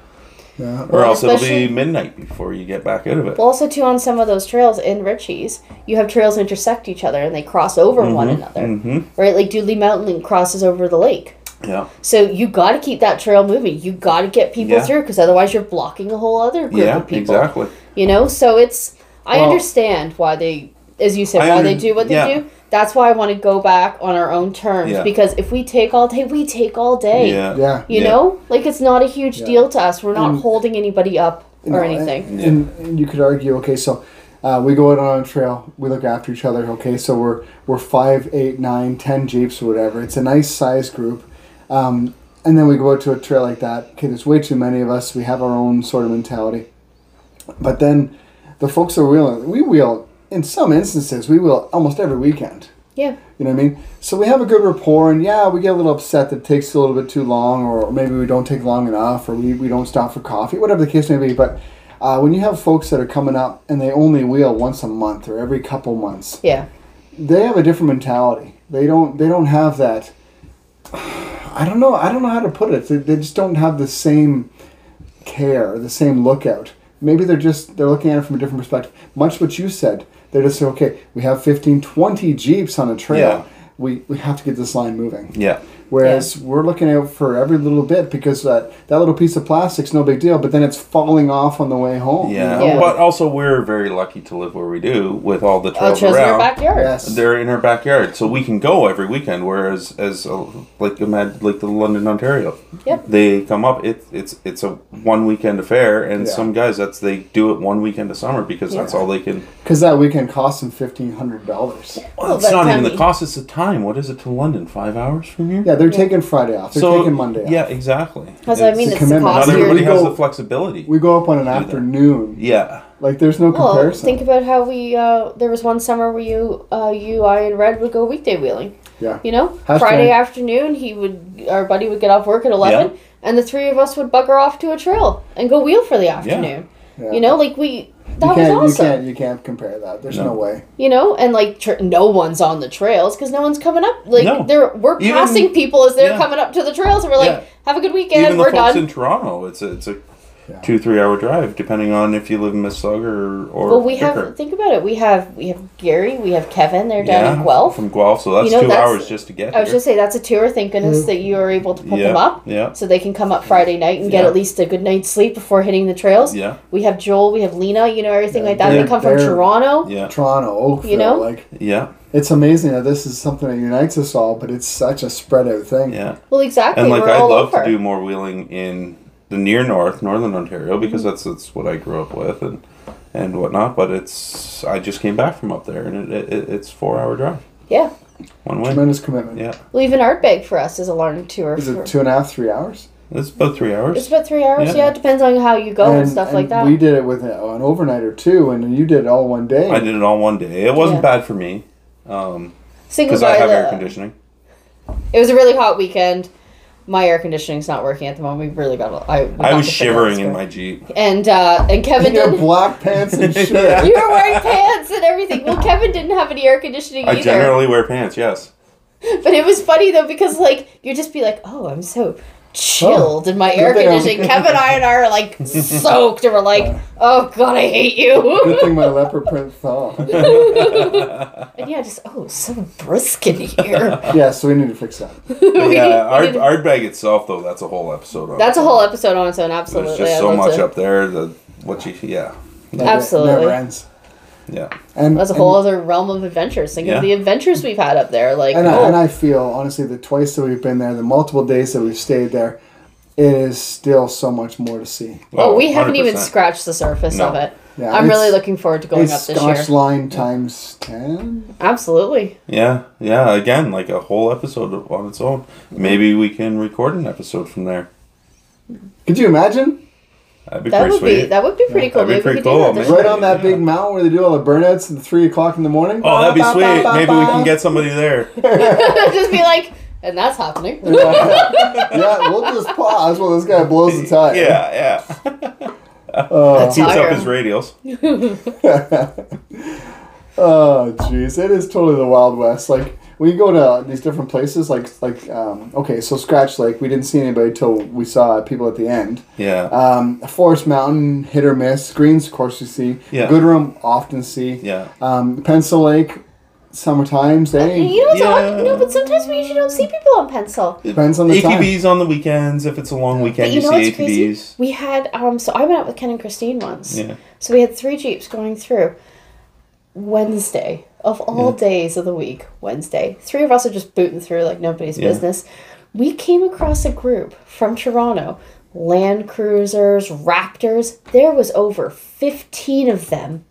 S5: yeah.
S1: or
S4: Well,
S1: else it'll be
S4: especially-
S1: midnight before you get back out of it
S4: Well, also too on some of those trails in Richie's, you have trails intersect each other and they cross over one another,
S1: hmm
S4: right? Like Dooley Mountain crosses over the lake,
S1: yeah
S4: so you got to keep that trail moving. You got to get people
S1: Yeah.
S4: through because otherwise you're blocking a whole other group
S1: yeah
S4: of people.
S1: exactly
S4: You know, so it's I
S5: Well-
S4: understand why they, as you said,
S1: I
S4: why
S1: under-
S4: they do what they
S1: yeah.
S4: do. That's why I want to go back on our own terms
S1: Yeah.
S4: because if we take all day, we take all day.
S1: yeah
S5: Yeah.
S4: You
S1: Yeah.
S4: know, like it's not a huge
S5: Yeah.
S4: deal to us. We're not
S5: Mm.
S4: holding anybody up
S5: You
S4: or
S5: know,
S4: anything.
S5: And, and, and you could argue, okay, so uh, we go out on a trail, we look after each other, okay, so we're we're five, eight, nine, ten jeeps or whatever. It's a nice size group, um, and then we go out to a trail like that. Okay, there's way too many of us. We have our own sort of mentality, but then the folks are wheeling. We wheel in some instances. We wheel almost every weekend.
S4: Yeah.
S5: You know what I mean? So we have a good rapport, and yeah, we get a little upset that it takes a little bit too long, or maybe we don't take long enough, or we, we don't stop for coffee, whatever the case may be. But uh, when you have folks that are coming up and they only wheel once a month or every couple months,
S4: Yeah.
S5: they have a different mentality. They don't they don't have that. I don't know. I don't know how to put it. They, they just don't have the same care, the same lookout. Maybe they're just they're looking at it from a different perspective. Much what you said. They're just saying, okay, we have 15, 20 jeeps on a trail.
S1: Yeah.
S5: We we have to get this line moving.
S1: yeah
S5: Whereas we're looking out for every little bit because that that little piece of plastic's no big deal, but then it's falling off on the way home. you
S1: yeah,
S5: know?
S4: Yeah.
S1: but also we're very lucky to live where we do with all the
S4: Oh,
S1: trails
S4: trails in our
S1: around
S4: backyard.
S5: Yes.
S1: they're in our backyard so we can go every weekend whereas as uh, like imagine like the london ontario
S4: Yep.
S1: they come up it, it's it's a one weekend affair and
S5: Yeah.
S1: some guys that's they do it one weekend of summer because that's
S5: Yeah.
S1: all they can
S5: Because that weekend cost them fifteen hundred dollars.
S4: Well,
S1: Well, it's
S4: that
S1: not even
S4: time
S1: the
S4: we-
S1: cost; it's the time. What is it to London? Five hours from here?
S5: Yeah, they're taking Friday off. They're taking Monday off.
S1: Yeah, exactly.
S4: Because I mean, it's
S5: a
S4: the
S5: commitment.
S1: not
S4: cost
S5: here
S1: everybody
S5: we
S4: here.
S1: has
S5: go.
S1: the flexibility.
S5: We go up on an
S1: that.
S5: afternoon.
S1: yeah,
S5: Like there's no
S4: Well,
S5: comparison.
S4: think about how we. Uh, there was one summer where you, uh, you, I, and Red would go weekday wheeling.
S5: Yeah.
S4: You know,
S5: Hashtag.
S4: Friday afternoon, he would, our buddy would get off work at eleven, and the three of us would bugger off to a trail and go wheel for the afternoon.
S5: Yeah.
S4: You know, like we.
S5: you
S4: That was
S5: can't,
S4: awesome.
S5: you
S4: You,
S5: can't you can't compare that. There's
S1: No.
S5: no, way.
S4: know, and like tr- no one's on the trails because no one's coming up. Like
S1: No.
S4: they're we're
S1: Even-
S4: passing people as they're
S1: yeah.
S4: coming up to the trails, and we're like,
S1: Yeah.
S4: "Have a good weekend.
S1: even the
S4: we're
S1: folks
S4: done."
S1: in Toronto, it's a it's a
S5: Yeah.
S1: two three hour drive depending on if you live in Mississauga or or
S4: well, we
S1: Pickering.
S4: have think about it. We have we have Gary, we have Kevin. They're down
S1: yeah,
S4: in Guelph.
S1: from Guelph, so that's
S4: You know,
S1: two
S4: that's-
S1: hours just to get
S4: I was
S1: here.
S4: just saying that's a tour. Thank goodness
S5: Mm-hmm.
S4: that you are able to put
S1: yeah,
S4: them up,
S1: yeah,
S4: so they can come up Friday night and get
S1: Yeah.
S4: at least a good night's sleep before hitting the trails.
S1: yeah,
S4: We have Joel, we have Lena, you know everything
S5: Yeah,
S4: like that. They
S5: they're-
S4: come from
S5: they're-
S4: Toronto.
S1: yeah,
S5: Toronto, Oakville,
S4: You know?
S5: like
S1: yeah,
S5: it's amazing that this is something that unites us all, but it's such a spread out thing.
S1: yeah.
S4: Well, exactly.
S1: And like,
S4: We're
S1: I'd
S4: all
S1: love
S4: over.
S1: to do more wheeling in the near north, northern Ontario, because
S4: Mm-hmm.
S1: that's that's what I grew up with and and whatnot. But it's I just came back from up there, and it, it it's four hour drive
S4: Yeah.
S1: one way.
S5: Tremendous commitment.
S1: Yeah,
S4: Well, even Ardbeg for us is a long tour.
S5: Is
S4: for-
S5: it two and a half, three hours?
S1: it's about three
S4: it's
S1: hours.
S4: about three hours. Yeah.
S1: Yeah.
S4: it depends on how you go and, Oh, stuff like that.
S5: We did it with a- an overnight or two, and you did it all one day.
S1: I did it all one day. It wasn't
S4: Yeah.
S1: bad for me, um,
S4: Single
S1: because I have air
S4: Viola.
S1: conditioning.
S4: It was a really hot weekend. My air conditioning's not working at the moment. We really got. A, I, we
S1: I
S4: got
S1: was
S4: to figure out
S1: shivering
S4: this
S1: in
S4: one.
S1: my jeep.
S4: And uh, and Kevin
S5: In your
S4: did.
S5: black pants and shirt.
S1: Yeah.
S4: You were wearing pants and everything. Well, Kevin didn't have any air conditioning
S1: I
S4: either.
S1: generally wear pants. Yes.
S4: But it was funny though because like you'd just be like, "Oh, I'm so chilled in my
S5: Good
S4: air
S5: thing I was-
S4: conditioning. Kevin and I and I are like soaked, and we're like, "Oh God, I hate you."
S5: Good thing my leopard print thaw.
S4: and yeah, just oh, it's so brisk in here.
S5: yeah, so we need to fix that.
S1: But yeah,
S4: We need-
S1: Ard, Ardbeg itself though, that's a whole episode. On
S4: That's a
S1: its
S4: whole
S1: own.
S4: episode on its own. Absolutely,
S1: There's just
S4: I'd
S1: so
S4: love
S1: much
S4: to-
S1: up there. The what you yeah
S5: Never-
S4: Absolutely.
S5: Never ends.
S1: yeah.
S5: And,
S4: That's a
S5: and-
S4: whole other realm of adventures. Think
S1: Yeah.
S4: of the adventures we've had up there. Like,
S5: And I,
S4: oh,
S5: and I feel honestly that twice that we've been there, the multiple days that we've stayed there, it is still so much more to see.
S4: oh, we haven't even
S1: 100%.
S4: scratched the surface
S1: No.
S4: of it.
S5: Yeah,
S4: I'm
S5: it's-
S4: really looking forward to going up
S5: It's
S4: this year.
S5: Scotch line times ten.
S4: Absolutely.
S1: Yeah, yeah. Again, like a whole episode on its own. Maybe we can record an episode from there.
S5: Could you imagine?
S1: That'd be
S4: That
S1: pretty
S4: would
S1: sweet.
S4: be that would be pretty cool.
S1: That'd be
S4: Maybe
S1: pretty
S4: we could
S1: cool,
S4: do that this
S1: man.
S5: Right
S4: year.
S5: on that big mountain where they do all the burnouts at three o'clock in the morning.
S1: oh, that'd be sweet. Maybe we can get somebody there.
S4: Just be like, and that's happening.
S5: yeah, we'll just pause while this guy blows the tire.
S1: Yeah, yeah.
S5: Oh,
S1: Toots up
S4: Tire.
S1: his radials.
S5: oh, jeez, it is totally the Wild West. Like we go to these different places. Like, like, um, okay, so Scratch Lake, we didn't see anybody till we saw people at the end.
S1: Yeah,
S4: Uh,
S5: Um, Forest Mountain, hit or miss. Greens, of course, you see.
S1: Yeah.
S5: Good Room, often see.
S1: yeah.
S5: Um, Pencil Lake, summer times. eh? They
S4: Uh, You know, it's odd-
S1: Yeah.
S4: no, but sometimes we usually don't see people on Pencil.
S5: depends on the time.
S1: ATVs on the weekends. If it's a long weekend,
S4: But
S1: you,
S4: you know
S1: see
S4: what's crazy?
S1: ATVs.
S4: We had um, so I went out with Ken and Christine once.
S1: Yeah.
S4: So we had three jeeps going through. Wednesday of all days of the week, Wednesday, three of us are just booting through like nobody's
S1: Yeah.
S4: business. We came across a group from Toronto, Land Cruisers, Raptors. There was over fifteen of them.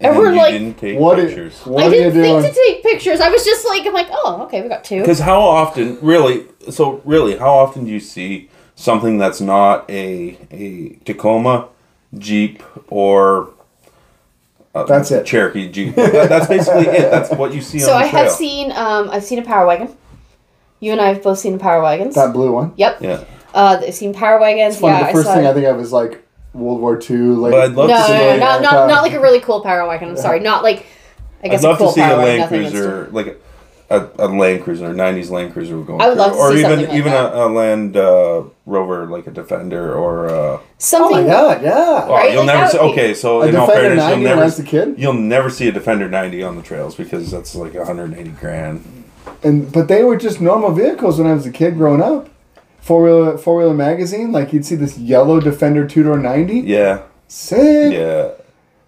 S1: And
S4: we're
S1: you
S4: like-
S1: didn't take
S5: What i-
S1: pictures.
S5: what
S4: I
S5: are you
S4: didn't
S5: doing?
S4: think to take pictures. I was just like, I'm like, oh, okay, we got two.
S1: Because how often, really? So really, how often do you see something that's not a a Tacoma Jeep or uh,
S5: That's it.
S1: Cherokee Jeep? That- that's basically it. That's what you see
S4: So
S1: on
S4: I
S1: the trail.
S4: have seen, um, I've seen a power wagon. You and I have both seen power wagons.
S5: that blue one.
S4: yep.
S1: Yeah,
S4: Uh, I've seen power wagons.
S5: Funny,
S4: yeah,
S5: the first
S4: I saw.
S5: thing I
S4: it.
S5: think of is like World War II. Like,
S1: But I'd love
S4: no, no,
S1: to see
S4: no,
S1: a-
S4: no, not, not, not like a really cool power wagon. I'm sorry, not like. I
S1: I'd
S4: guess
S1: love
S4: a cool
S1: to see
S4: power
S1: a
S4: wagon.
S1: Land
S4: nothing that's-
S1: Cruiser, like a, a Land Cruiser, a '90s Land Cruiser going.
S4: I would love
S1: through.
S4: to
S1: or
S4: see
S1: even
S4: something like
S1: even
S4: that.
S1: a, a Land uh, Rover, like a Defender or. Uh,
S5: Oh
S4: Something.
S5: my god! Yeah.
S1: oh,
S4: Right?
S1: you'll
S4: Like,
S1: never
S4: that
S1: see.
S4: would be-
S1: Okay, so
S5: A
S1: in all
S5: Defender
S1: fairness,
S5: 90
S1: you'll
S5: when
S1: never
S5: I was a kid?
S1: You'll never see a Defender 90 on the trails because that's like 180 grand.
S5: and but they were just normal vehicles when I was a kid growing up. Four wheeler, four wheeler magazine. Like you'd see this yellow Defender two door ninety.
S1: Yeah,
S5: Sick.
S1: yeah,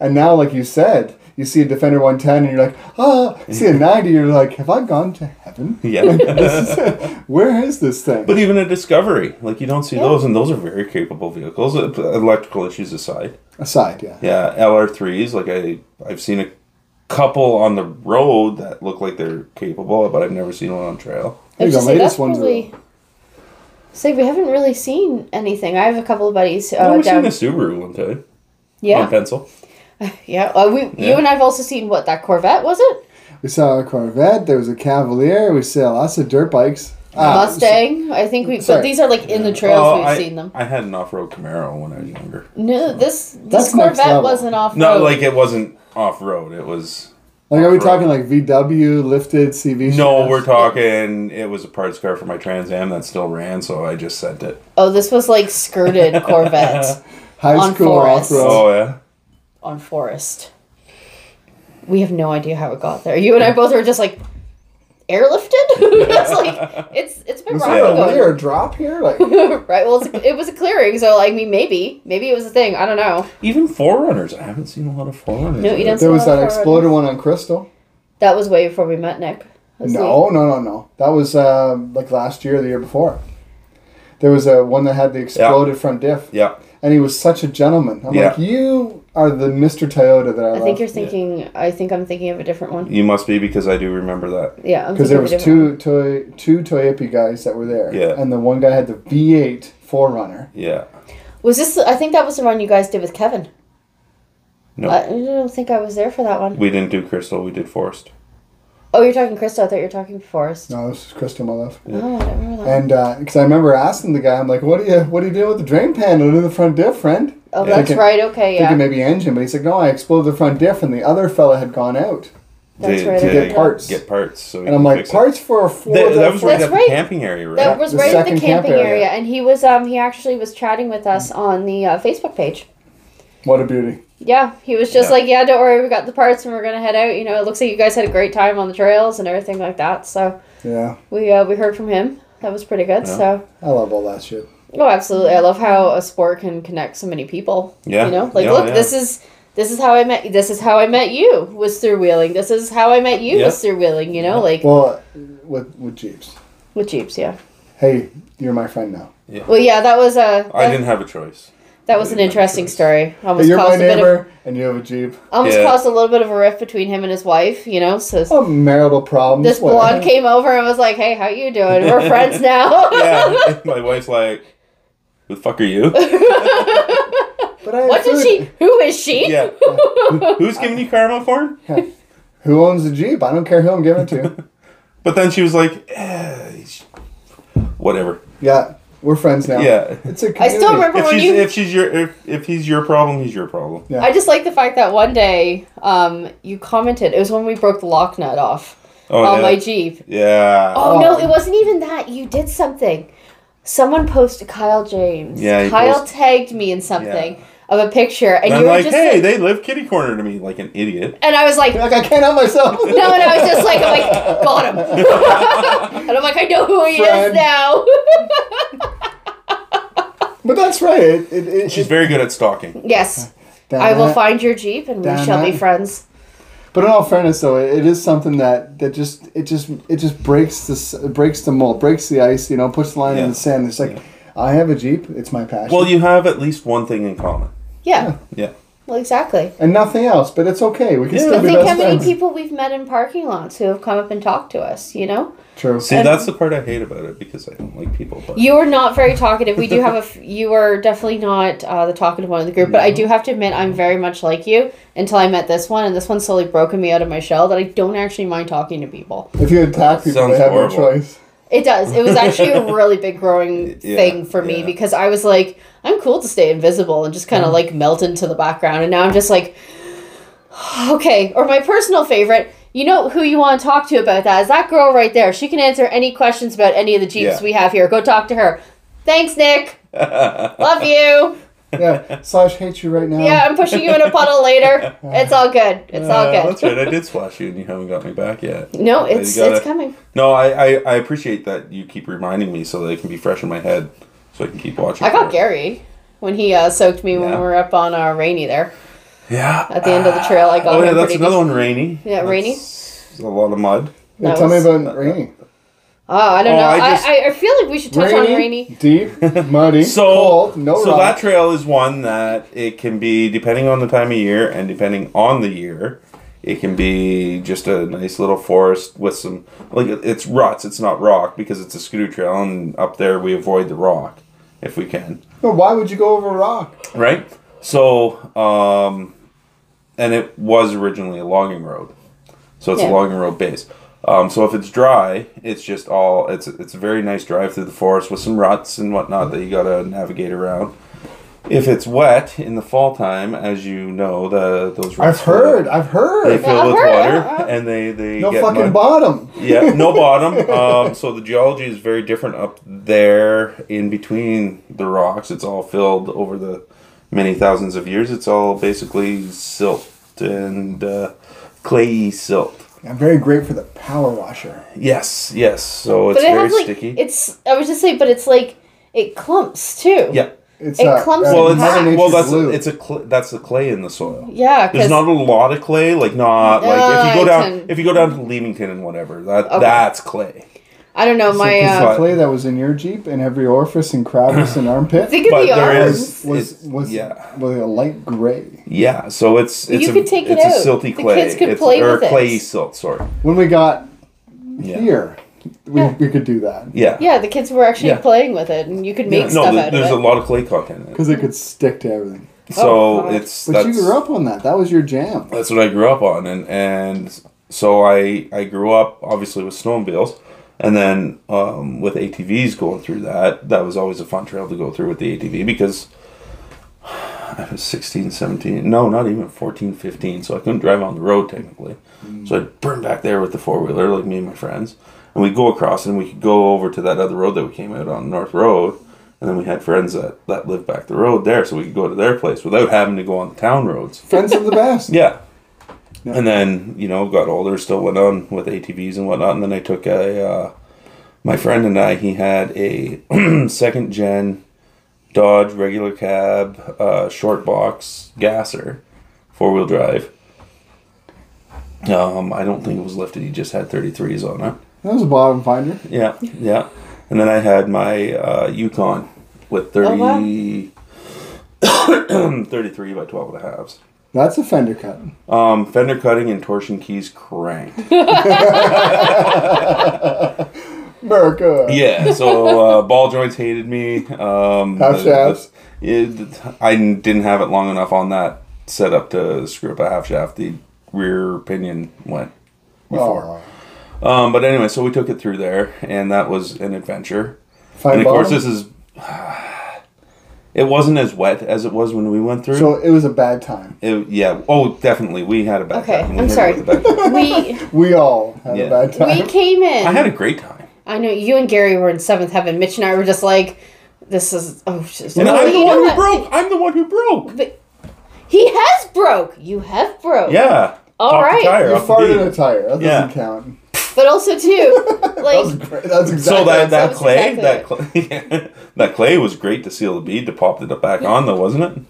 S5: And now, like you said, you see a Defender one ten, and you're like, ah. You see a ninety, you're like, have I gone to heaven?
S1: yeah.
S5: Where is this thing?
S1: but even a Discovery, like you don't see
S4: Yeah.
S1: those, and those are very capable vehicles. uh, Electrical issues aside,
S5: Aside, yeah.
S1: yeah, LR3s. Like I, I've seen a couple on the road that look like they're capable, but I've never seen one on trail.
S4: I
S5: There you
S4: was
S5: go.
S4: just saying, that's
S5: Latest ones.
S4: probably.
S5: are-
S4: Say we haven't really seen anything. I have a couple of buddies uh,
S1: I've never
S4: down.
S1: seen a Subaru one time on
S4: Yeah,
S1: pencil.
S4: yeah. Uh, we, you
S1: Yeah.
S4: and I've also seen what that Corvette was it?
S5: We saw a Corvette. There was a Cavalier. We saw lots of dirt bikes. Ah,
S4: Mustang. I think we.
S5: sorry.
S4: But these are like in the trails.
S1: Oh,
S4: we've
S1: I,
S4: seen them. Oh.
S1: I had an off-road Camaro when I was younger.
S4: No, this this
S5: That's next
S4: Corvette
S5: level.
S4: wasn't off.
S1: No,
S4: road.
S1: like it wasn't off-road. It was
S5: Like, are we talking like VW lifted CV?
S1: no.
S5: shafts?
S1: We're talking. It was a parts car for my Trans Am that still ran, so I just sent it.
S4: Oh, this was like skirted Corvette
S5: high
S4: on
S5: school off
S4: forest.
S5: road.
S1: Oh yeah.
S4: on forest. We have no idea how it got there. You and I both were just like airlifted. That's like it's it's been
S5: Was
S4: rocky
S5: there a way or
S4: going.
S5: a drop here? Like,
S4: right. Well, it's, it was a clearing, so like, I mean, maybe maybe it was a thing. I don't know.
S1: Even forerunners, I haven't seen a lot of forerunners.
S4: No, you don't
S5: there was
S4: Still
S5: that
S4: on
S5: exploder one on Crystal.
S4: That was way before we met Nick. That's
S5: No, no, no, no. That was uh, like last year, or the year before. There was a one that had the exploded front diff,
S1: Yeah,
S5: and he was such a gentleman. I'm
S1: Yeah.
S5: like, you are the Mister Toyota that I,
S4: the- I
S5: love.
S4: think you're thinking. I think I'm thinking of a different one.
S1: you must be because I do remember that.
S4: Yeah, I'm thinking
S5: because there
S4: of
S5: was
S4: a different
S5: two toy two Toyota guys that were there,
S1: Yeah.
S5: and the one guy had the V8 Forerunner.
S1: Yeah,
S4: one. Was this? I think that was the one you guys did with Kevin.
S1: No.
S4: I, I don't think I was there for that one.
S1: we didn't do Crystal, we did Forest.
S4: Oh, you're talking Crystal. I thought you were talking Forrest.
S5: No, this is Crystal, my love.
S4: Oh, I don't remember that.
S5: And because I remember asking the guy, I'm like, "What do you what do you do with the drain pan under the front diff, friend?"
S4: Oh,
S1: Yeah.
S4: that's
S5: Thinking-
S4: right. Okay, yeah.
S5: Thinking maybe engine, but he's like, "No, I exploded the front diff, and the other fella had gone out."
S4: That's
S1: to,
S4: right,
S1: to
S4: I
S5: get parts.
S1: Get parts. So we
S5: And I'm
S1: can
S5: like,
S1: fix it.
S5: parts for a floor.
S1: That, that
S5: that
S1: was right
S4: That's
S1: at the
S4: right.
S1: camping area, right?
S4: That was
S5: The
S4: right at the
S5: second
S4: camping
S5: camp
S4: area.
S5: area.
S4: and he was um he actually was chatting with us
S1: Mm-hmm.
S4: on the uh, Facebook page.
S5: What a beauty.
S4: Yeah, he was just
S1: Yeah.
S4: like, yeah, don't worry, we got the parts and we're gonna head out. You know, it looks like you guys had a great time on the trails and everything like that. So
S5: Yeah.
S4: we uh, we heard from him. That was pretty good.
S1: Yeah.
S4: So
S5: I love all that shit.
S4: oh, absolutely, I love how a sport can connect so many people.
S1: Yeah.
S4: you know, like
S1: Yeah,
S4: look,
S1: yeah.
S4: this is. This is how I met. This is how I met you was through wheeling. This is how I met you
S1: Yeah.
S4: was through wheeling. You know, like
S5: Well, with with Jeeps.
S4: with jeeps. Yeah.
S5: Hey, you're my friend now.
S4: Well, yeah, that was a
S1: I
S4: that,
S1: didn't have a choice.
S4: that was
S1: I
S4: an
S1: didn't have
S4: interesting
S1: choice.
S4: story.
S5: But
S4: Almost
S5: you're my
S4: caused a bit of
S5: neighbor, and you have a Jeep.
S4: almost
S1: Yeah.
S4: caused a little bit of a rift between him and his wife, you know. So
S5: Oh, marital problems.
S4: this
S5: whatever.
S4: blonde came over and was like, "Hey, how you doing? We're friends now."
S1: Yeah. And my wife's like, "Who the fuck are you?"
S5: But I had
S4: What did
S5: food.
S4: she? Who is she?
S1: yeah. Who- Who's giving you karma for him?
S5: Who owns the Jeep? I don't care who I'm giving it to.
S1: But then she was like, eh, sh- "Whatever."
S5: yeah, we're friends now.
S1: Yeah.
S5: It's a
S4: I still
S5: community.
S4: remember
S1: If
S4: when
S1: she's
S4: you.
S1: if she's your if, if he's your problem, he's your problem.
S5: Yeah.
S4: I just like the fact that one day, um, you commented. It was when we broke the lock nut off
S1: Oh
S4: on
S1: yeah.
S4: my Jeep.
S1: yeah.
S4: Oh, no,
S5: Oh.
S4: it wasn't even that. You did something. Someone posted Kyle James.
S1: Yeah, he
S4: Kyle
S1: post-
S4: tagged me in something of a picture, and,
S1: And I'm
S4: you were
S1: like,
S4: just
S1: "Hey,
S4: like-
S1: they live kitty corner to me like an idiot."
S4: and I was like,
S5: You're like, I can't help myself.
S4: No, and I was just like, I'm like, got him. and I'm like, I know who he is
S5: Friend.
S4: now.
S5: But that's right. It, it, it,
S1: She's
S5: it-
S1: very good at stalking.
S4: yes,
S5: that-
S4: I will find your Jeep and we
S5: Damn
S4: shall be
S5: it.
S4: friends.
S5: But in all fairness, though, it, it is something that, that just it just it just breaks this breaks the mold, breaks the ice. You know, puts the line
S1: Yeah.
S5: in the sand. It's like
S1: Yeah.
S5: I have a Jeep. It's my passion.
S1: Well, you have at least one thing in common.
S4: Yeah,
S1: Yeah.
S4: well, exactly.
S5: and nothing else. But it's okay. We can
S1: Yeah.
S5: still
S4: But
S5: be
S4: think
S5: best
S4: how many
S5: friends.
S4: people we've met in parking lots who have come up and talked to us, you know?
S5: True.
S1: See,
S4: And-
S1: that's the part I hate about it because I don't like people. But
S4: You are not very talkative. We do have a, f- you are definitely not uh, the talkative one of the group, but I do have to admit I'm very much like you until I met this one, and this one's slowly broken me out of my shell that I don't actually mind talking to people.
S5: If you attack people,
S1: Sounds
S5: they have
S1: horrible.
S5: no choice.
S4: It does. It was actually a really big growing
S1: Yeah,
S4: thing for me
S1: yeah. Mm-hmm.
S4: because I was like, I'm cool to stay invisible and just kind of like melt into the background. And now I'm just like, okay. Or my personal favorite, you know who you want to talk to about that is that girl right there. She can answer any questions about any of the Jeeps
S1: Yeah.
S4: we have here. Go talk to her. Thanks, Nick. Love you.
S5: Yeah. Slash hate you right now.
S4: Yeah, I'm pushing you in a puddle later. It's all good. It's all
S1: Uh,
S4: good.
S1: That's right. I did splash you, and you haven't got me back yet.
S4: No,
S1: You
S4: it's
S1: gotta-
S4: it's coming.
S1: No, I, I I appreciate that you keep reminding me so that it can be fresh in my head, so I can keep watching.
S4: I got
S1: for it.
S4: Gary when he uh, soaked me when
S1: Yeah.
S4: we were up on uh, rainy there.
S1: Yeah.
S4: at the end of the trail. I got
S1: Oh yeah,
S4: him
S1: that's
S4: pretty
S1: another
S4: decent.
S1: one, rainy.
S4: Yeah, rainy.
S1: That's A lot of mud.
S5: Yeah,
S4: That
S5: tell
S4: was-
S5: me about Rainy.
S4: Oh, I don't
S1: Oh,
S4: know.
S1: I
S4: I,
S1: just-
S4: I, I feel like we should touch on rainy.
S5: deep, muddy,
S1: So
S5: cold, no
S1: so that
S5: rock.
S1: trail is one that it can be depending on the time of year and depending on the year. It can be just a nice little forest with some like it- it's ruts. It's not rock because it's a skidoo trail, and up there we avoid the rock if we can.
S5: No, why would you go over rock?
S1: right? So, um, and it was originally a logging road, so it's
S4: Yeah.
S1: a logging road base. Um, so if it's dry, it's just all it's it's a very nice drive through the forest with some ruts and whatnot that you gotta navigate around. If it's wet in the fall time, as you know, the those
S5: I've
S1: ruts fill up-
S5: heard. I've
S1: they
S5: heard.
S1: fill
S4: I've
S1: with
S4: heard,
S1: water
S4: uh, uh.
S1: and they they
S5: no
S1: get
S5: fucking
S1: mud.
S5: bottom.
S1: yeah no bottom. Um, so the geology is very different up there in between the rocks. It's all filled over the many thousands of years. It's all basically silt and uh, clayey silt.
S5: I'm very great for the power washer.
S1: Yes, yes. So it's
S4: But it
S1: very
S4: has like
S1: sticky.
S4: it's. I was just saying, but it's like it clumps too.
S1: yeah.
S5: It's
S4: It
S5: uh,
S4: clumps
S5: uh,
S1: Well, it's
S5: Mother Nature's
S1: well that's
S5: glue.
S1: it's a cl- that's the clay in the soil.
S4: Yeah,
S1: There's
S4: because
S1: not a lot of clay, like not
S4: Uh,
S1: like if you
S4: I
S1: go down
S4: can-
S1: if you go down to Leamington and whatever that
S4: Okay.
S1: that's clay.
S4: I don't know
S5: So
S4: my.
S5: the
S1: it's
S4: Uh,
S1: like-
S5: clay that was in your jeep in every orifice and crevice and
S4: I
S5: armpit
S4: think of
S1: but
S4: the
S1: there
S4: arms.
S1: is-
S5: was
S1: it's-
S5: was
S1: yeah.
S5: was a light gray.
S1: Yeah, so it's it's
S4: You
S1: a,
S4: could take it
S1: it's
S4: out.
S1: a silty
S4: The
S1: clay.
S4: kids could
S1: it's,
S4: play
S1: or
S4: with it.
S1: clay silt, sorry.
S5: When we got
S1: Yeah.
S5: here, we,
S4: Yeah.
S5: we could do that
S1: Yeah.
S4: Yeah, the kids were actually
S1: Yeah.
S4: playing with it, and you could make
S1: Yeah,
S4: stuff
S1: th-
S4: out
S1: there's a
S4: of it.
S1: lot of clay content in it.
S5: because it could stick to everything.
S4: Oh,
S1: So
S4: God.
S1: it's
S5: But
S1: that's,
S5: you grew up on that. That was your jam.
S1: that's what I grew up on and and so I I grew up obviously with snowmobiles and then um, with ATVs going through that, that was always a fun trail to go through with the ATV because I was 16, 17. No, not even 14, 15. So I couldn't drive on the road technically. So I'd burn back there with the four wheeler, like me and my friends. And we'd go across and we could go over to that other road that we came out on, North Road. And then we had friends that, that lived back the road there. So we could go to their place without having to go on the town roads.
S5: Friends of the best.
S1: Yeah. And then, you know, got older, still went on with ATVs and whatnot. And then I took a, uh, my friend and I, he had a second gen Dodge regular cab, uh, short box gasser, four wheel drive. Um, I don't think it was lifted. He just had 33s on it.
S5: That was a bottom finder.
S1: Yeah, yeah. And then I had my uh, Yukon with 30,
S4: Oh, wow.
S1: 33 by 12 and a halves.
S5: That's a fender cut.
S1: Um, fender cutting and torsion keys cranked.
S5: America.
S1: Yeah, so uh, ball joints hated me. Um,
S5: Half
S1: the-
S5: shafts?
S1: it- I didn't have it long enough on that setup to screw up a half shaft. The rear pinion went.
S5: Oh,
S1: Um, but anyway, so we took it through there, and that was an adventure.
S5: fine
S1: and of course,
S5: bottom.
S1: this is. It wasn't as wet as it was when we went through.
S5: so it was a bad time.
S1: It- yeah. Oh, definitely, we had a bad
S4: Okay,
S1: time. We
S4: I'm
S1: had a
S4: sorry.
S1: really bad time.
S4: We
S5: We all had
S1: Yeah.
S5: a bad time.
S4: we came in.
S1: I had a great time.
S4: I know you and Gary were in seventh heaven. Mitch and I were just like, this is oh, it's just,
S1: And
S4: No,
S1: I'm the
S4: you
S1: one
S4: know
S1: who
S4: what?
S1: broke. I'm the one who broke.
S4: He has broke. You have broke.
S1: Yeah.
S4: All
S1: Popped the
S4: right.
S1: tire
S5: You
S1: off the
S5: farted
S1: beam.
S5: a tire. That
S1: Yeah.
S5: doesn't count.
S4: But also too,
S5: That was
S4: like
S5: great. That's exactly.
S1: So that
S4: that
S1: that
S4: was
S1: clay
S4: exactly
S1: that
S4: it.
S1: clay, that clay was great to seal the bead to pop it back on though, wasn't it?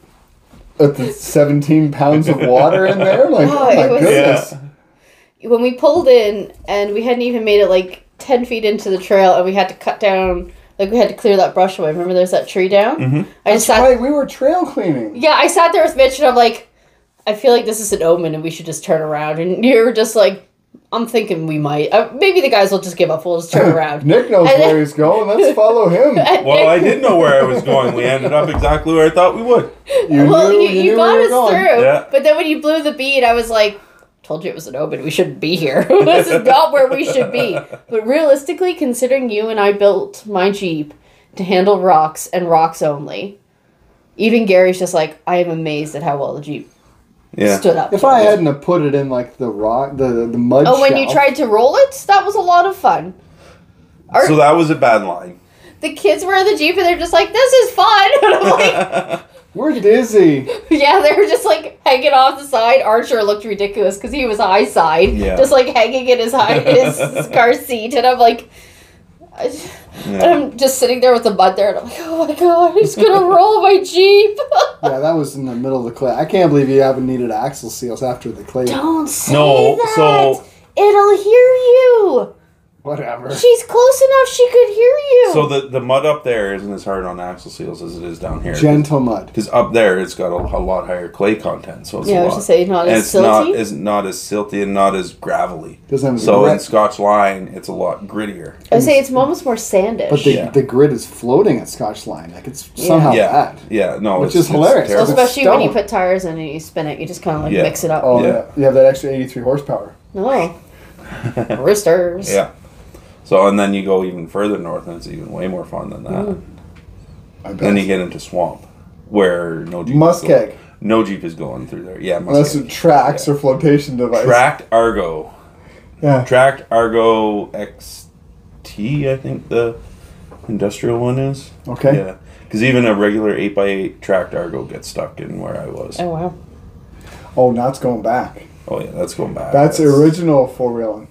S5: With the 17 pounds of water in there, like
S4: Oh,
S5: oh,
S4: it
S5: my
S4: was-
S5: goodness.
S4: when we pulled in and we hadn't even made it like ten feet into the trail and we had to cut down like we had to clear that brush away. Remember there's that tree down? Mm-hmm. I just
S5: That's
S4: sat
S5: right. We were trail cleaning.
S4: Yeah, I sat there with Mitch and I'm like, I feel like this is an omen and we should just turn around. And you're just like, I'm thinking we might. Uh, maybe the guys will just give up. We'll just turn around.
S5: Nick knows
S4: And
S5: where
S4: then-
S5: he's going. Let's follow him.
S4: And
S1: Well, I
S4: Nick-
S1: did know where I was going. We ended up exactly where I thought we would.
S5: You
S4: well,
S5: knew-
S4: you,
S5: you
S4: you,
S5: knew
S4: got
S5: where you
S4: us
S5: were going.
S4: through.
S1: Yeah.
S4: But then when you blew the bead, I was like, told you it was an omen. We shouldn't be here. this is not where we should be. But realistically, considering you and I built my Jeep to handle rocks and rocks only, even Gary's just like, I am amazed at how well the Jeep
S1: Yeah.
S4: stood up.
S5: If I hadn't have put it in like the rock, the the mud.
S4: Oh, when you
S5: shelf,
S4: tried to roll it? That was a lot of fun. Our,
S1: So that was a bad line.
S4: the kids were in the Jeep and they're just like, this is fun. And I'm like,
S5: we're dizzy.
S4: yeah, they were just like hanging off the side. Archer looked ridiculous because he was high side,
S1: Yeah.
S4: just like hanging in his, high, his car seat. And I'm like, I j- and
S1: Yeah.
S4: I'm just sitting there with the mud there. And I'm like, oh my God, he's going to roll my Jeep.
S5: Yeah, that was in the middle of the clay. I can't believe you haven't needed axle seals after the clay.
S4: Don't say
S1: No,
S4: that.
S1: so-
S4: It'll hear you.
S5: Whatever.
S4: She's close enough she could hear you.
S1: So the the mud up there isn't as hard on axle seals as it is down here.
S5: Gentle mud.
S1: Because up there it's got a, a lot higher clay content, so it's
S4: yeah, I
S1: a
S4: was
S1: lot.
S4: just saying, not
S1: and
S4: as
S1: it's not
S4: silty.
S1: is not as silty and not as gravelly.
S5: Doesn't have
S1: So in
S5: grit,
S1: Scotch line, it's a lot grittier.
S4: I would say it's almost more sandish.
S5: but the,
S1: Yeah.
S5: the grid is floating at Scotch line. Like it's somehow
S1: yeah,
S5: bad.
S1: yeah, no, it's,
S5: Which is hilarious.
S1: It's terrible.
S5: Those-
S4: Especially when you
S5: stone.
S4: put tires in and you spin it, you just kind of like
S1: Yeah.
S4: mix it up.
S5: Oh yeah.
S1: Yeah.
S5: you have that extra eighty three horsepower.
S4: No. Roosters.
S1: yeah. So and then you go even further north, and it's even way more fun than that.
S5: Mm. I bet.
S1: Then you get into swamp, where no jeep Is
S5: Muskeg.
S1: going. No jeep is going through there. Yeah,
S5: Unless
S1: muskeg.
S5: it tracks or flotation device.
S1: Tracked Argo,
S5: Yeah.
S1: tracked Argo XT, I think the industrial one is.
S5: Okay.
S1: Yeah, because even a regular eight x eight tracked Argo gets stuck in where I was.
S4: Oh, wow.
S5: Oh, now it's going back.
S1: Oh yeah, that's going back.
S5: That's original four wheeling.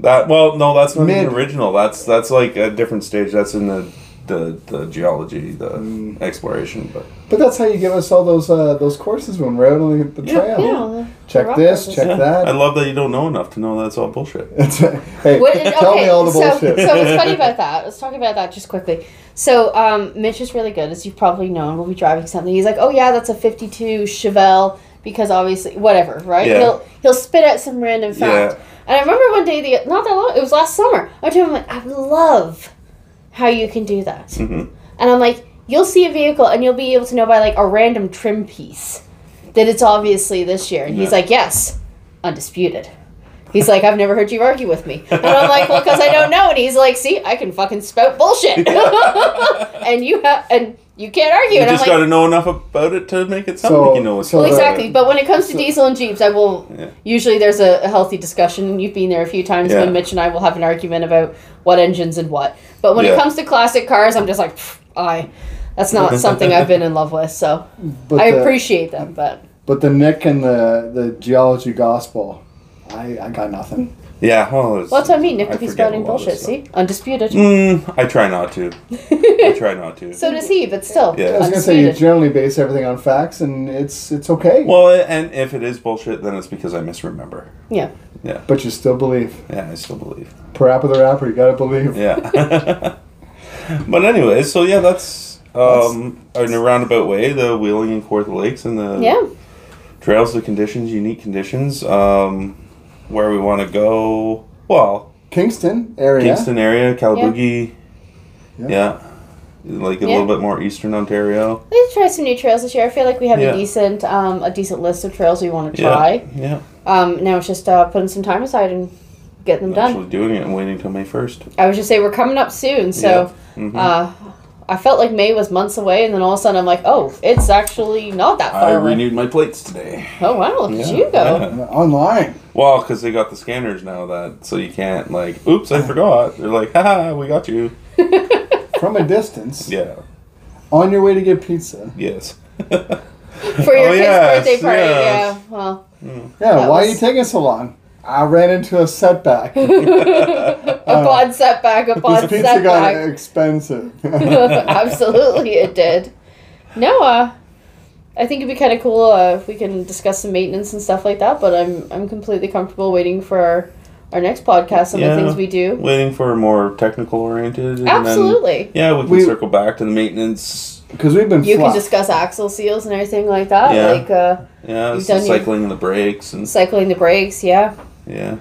S1: That well, no, that's not
S5: Mid.
S1: even original. That's that's like a different stage. That's in the the, the geology, the
S5: Mm.
S1: exploration, but.
S5: But that's how you give us all those uh, those courses when we're out on the trail.
S4: Yeah.
S5: Check this, check
S1: Yeah,
S5: that.
S1: I love that you don't know enough to know that's all bullshit.
S5: That's right. Hey,
S4: What,
S5: tell me all the
S4: so,
S5: bullshit.
S4: so what's funny about that? Let's talk about that just quickly. So um, Mitch is really good, as you've probably known. We'll be driving something. He's like, "Oh yeah, that's a '52 Chevelle," because obviously, whatever, right?
S1: Yeah.
S4: He'll he'll spit out some random fact.
S1: Yeah.
S4: And I remember one day, the not that long, it was last summer. I told him, "Like, I love how you can do that."
S1: Mm-hmm.
S4: And I'm like, "You'll see a vehicle, and you'll be able to know by like a random trim piece that it's obviously this year." And he's
S1: Yeah.
S4: like, "Yes, undisputed." He's like, I've never heard you argue with me. And I'm like, well, because I don't know. And he's like, see, I can fucking spout bullshit. and you have, and you can't argue.
S1: You
S4: and I'm
S1: just
S4: like,
S1: got to know enough about it to make it sound
S5: So-
S1: like you know what's
S5: so
S4: well,
S1: going on.
S4: exactly. But when it comes to
S5: So-
S4: diesel and jeeps, I will.
S1: Yeah.
S4: Usually, there's a, a healthy discussion. and You've been there a few times
S1: Yeah.
S4: when Mitch and I will have an argument about what engines and what. But when it
S1: Yeah.
S4: comes to classic cars, I'm just like, "Pfft, I. That's not something I've been in love with. So
S5: But uh,
S4: I
S5: the,
S4: appreciate them, but
S5: But the Nick and the the geology gospel, I I got nothing.
S1: Yeah. Well, it's-
S4: well, that's what I mean. Nick
S1: I
S4: to be
S1: forget a
S4: spouting
S1: lot of
S4: bullshit.
S1: stuff.
S4: See, undisputed.
S1: Mm, I try not to. I try not to.
S4: So does he, but still,
S1: Yeah.
S5: I was gonna say you
S4: undisputed.
S5: generally base everything on facts, and it's it's okay.
S1: well, and if it is bullshit, then it's because I misremember.
S4: yeah.
S5: but you still believe.
S1: Yeah, I still believe.
S5: Parappa the rapper, you gotta believe.
S1: Yeah. but anyway, so yeah, that's um, in a roundabout way the wheeling in Corth Lakes and the
S4: Yeah.
S1: trails, the conditions, unique conditions, um, where we want to go. Well,
S5: Kingston area.
S1: Kingston area, Calabugie.
S5: Yeah.
S1: Yeah. Like a
S4: Yeah.
S1: little bit more eastern Ontario.
S4: Let's try some new trails this year. I feel like we have
S1: Yeah.
S4: a decent, um, a decent list of trails we want to
S1: Yeah.
S4: try.
S1: Yeah.
S4: Um, now it's just uh, putting some time aside and getting them done.
S1: Actually doing it and waiting till May 1st.
S4: I was just saying we're coming up soon, so
S1: Mhm.
S4: uh, I felt like May was months away, and then all of a sudden I'm like, oh, it's actually not that
S1: I
S4: far away.
S1: renewed my plates today.
S4: oh wow, look at
S1: Yeah.
S4: you go!
S1: Yeah.
S5: Online.
S1: Well, because they got the scanners now that, so you can't, like, oops, I forgot. They're like, haha, we got you.
S5: From a distance.
S1: Yeah.
S5: On your way to get pizza.
S1: Yes.
S4: For your
S1: Oh,
S4: kid's
S1: yes,
S4: birthday party,
S1: yes.
S4: yeah. Well,
S5: Yeah,
S4: That
S5: why
S4: was-
S5: are you taking so long? I ran into a setback.
S4: upon setback, upon
S5: this pizza got
S4: setback.
S5: expensive.
S4: Absolutely, it did. No, uh, I think it'd be kind of cool uh, if we can discuss some maintenance and stuff like that. But I'm I'm completely comfortable waiting for our, our next podcast. Some of
S1: Yeah.
S4: the things we do.
S1: Waiting for more technical oriented. And
S4: Absolutely.
S1: Then, yeah, we can
S5: We-
S1: circle back to the maintenance.
S5: Because we've been
S4: You
S5: flat.
S4: can discuss axle seals and everything like that,
S1: Yeah.
S4: like uh,
S1: Yeah,
S4: You've
S1: some
S4: done your-
S1: cycling and the brakes and
S4: cycling the brakes. Yeah.
S1: yeah,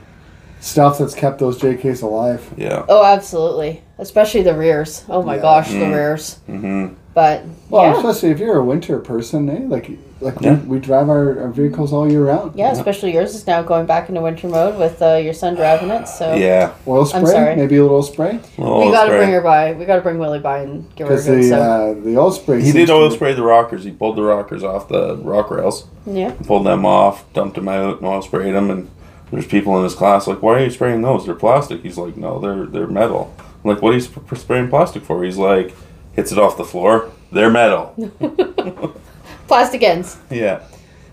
S5: stuff that's kept those JKs alive.
S1: yeah.
S4: Oh, absolutely. Especially the rears. Oh my
S5: Yeah.
S4: gosh, the
S1: Mm.
S4: rears.
S1: Mm-hmm.
S4: But
S5: Well,
S4: yeah,
S5: especially if you're a winter person, eh? Like, like
S1: Yeah.
S5: we, we drive our, our vehicles all year round.
S4: yeah, especially yours is now going back into winter mode with uh, your son driving it. So
S1: Yeah.
S5: Oil
S4: I'm
S5: spray,
S4: sorry.
S5: maybe a little spray.
S1: Well,
S4: we got to
S1: spray.
S4: Oh. bring her by. We got to bring Willie by and give her a
S5: Because
S4: good.
S5: the
S4: So
S5: uh, the oil spray.
S1: He
S5: seems
S1: did
S5: to
S1: oil
S5: be-
S1: spray the rockers. He pulled the rockers off the rock rails,
S4: yeah,
S1: pulled them off, dumped them out, and oil sprayed them. And there's people in his class like, "Why are you spraying those? They're plastic." He's like, "No, they're they're metal." I'm like, "What are you sp- spraying plastic for?" He's like, "Hits it off the floor. They're metal."
S4: plastic ends.
S1: yeah,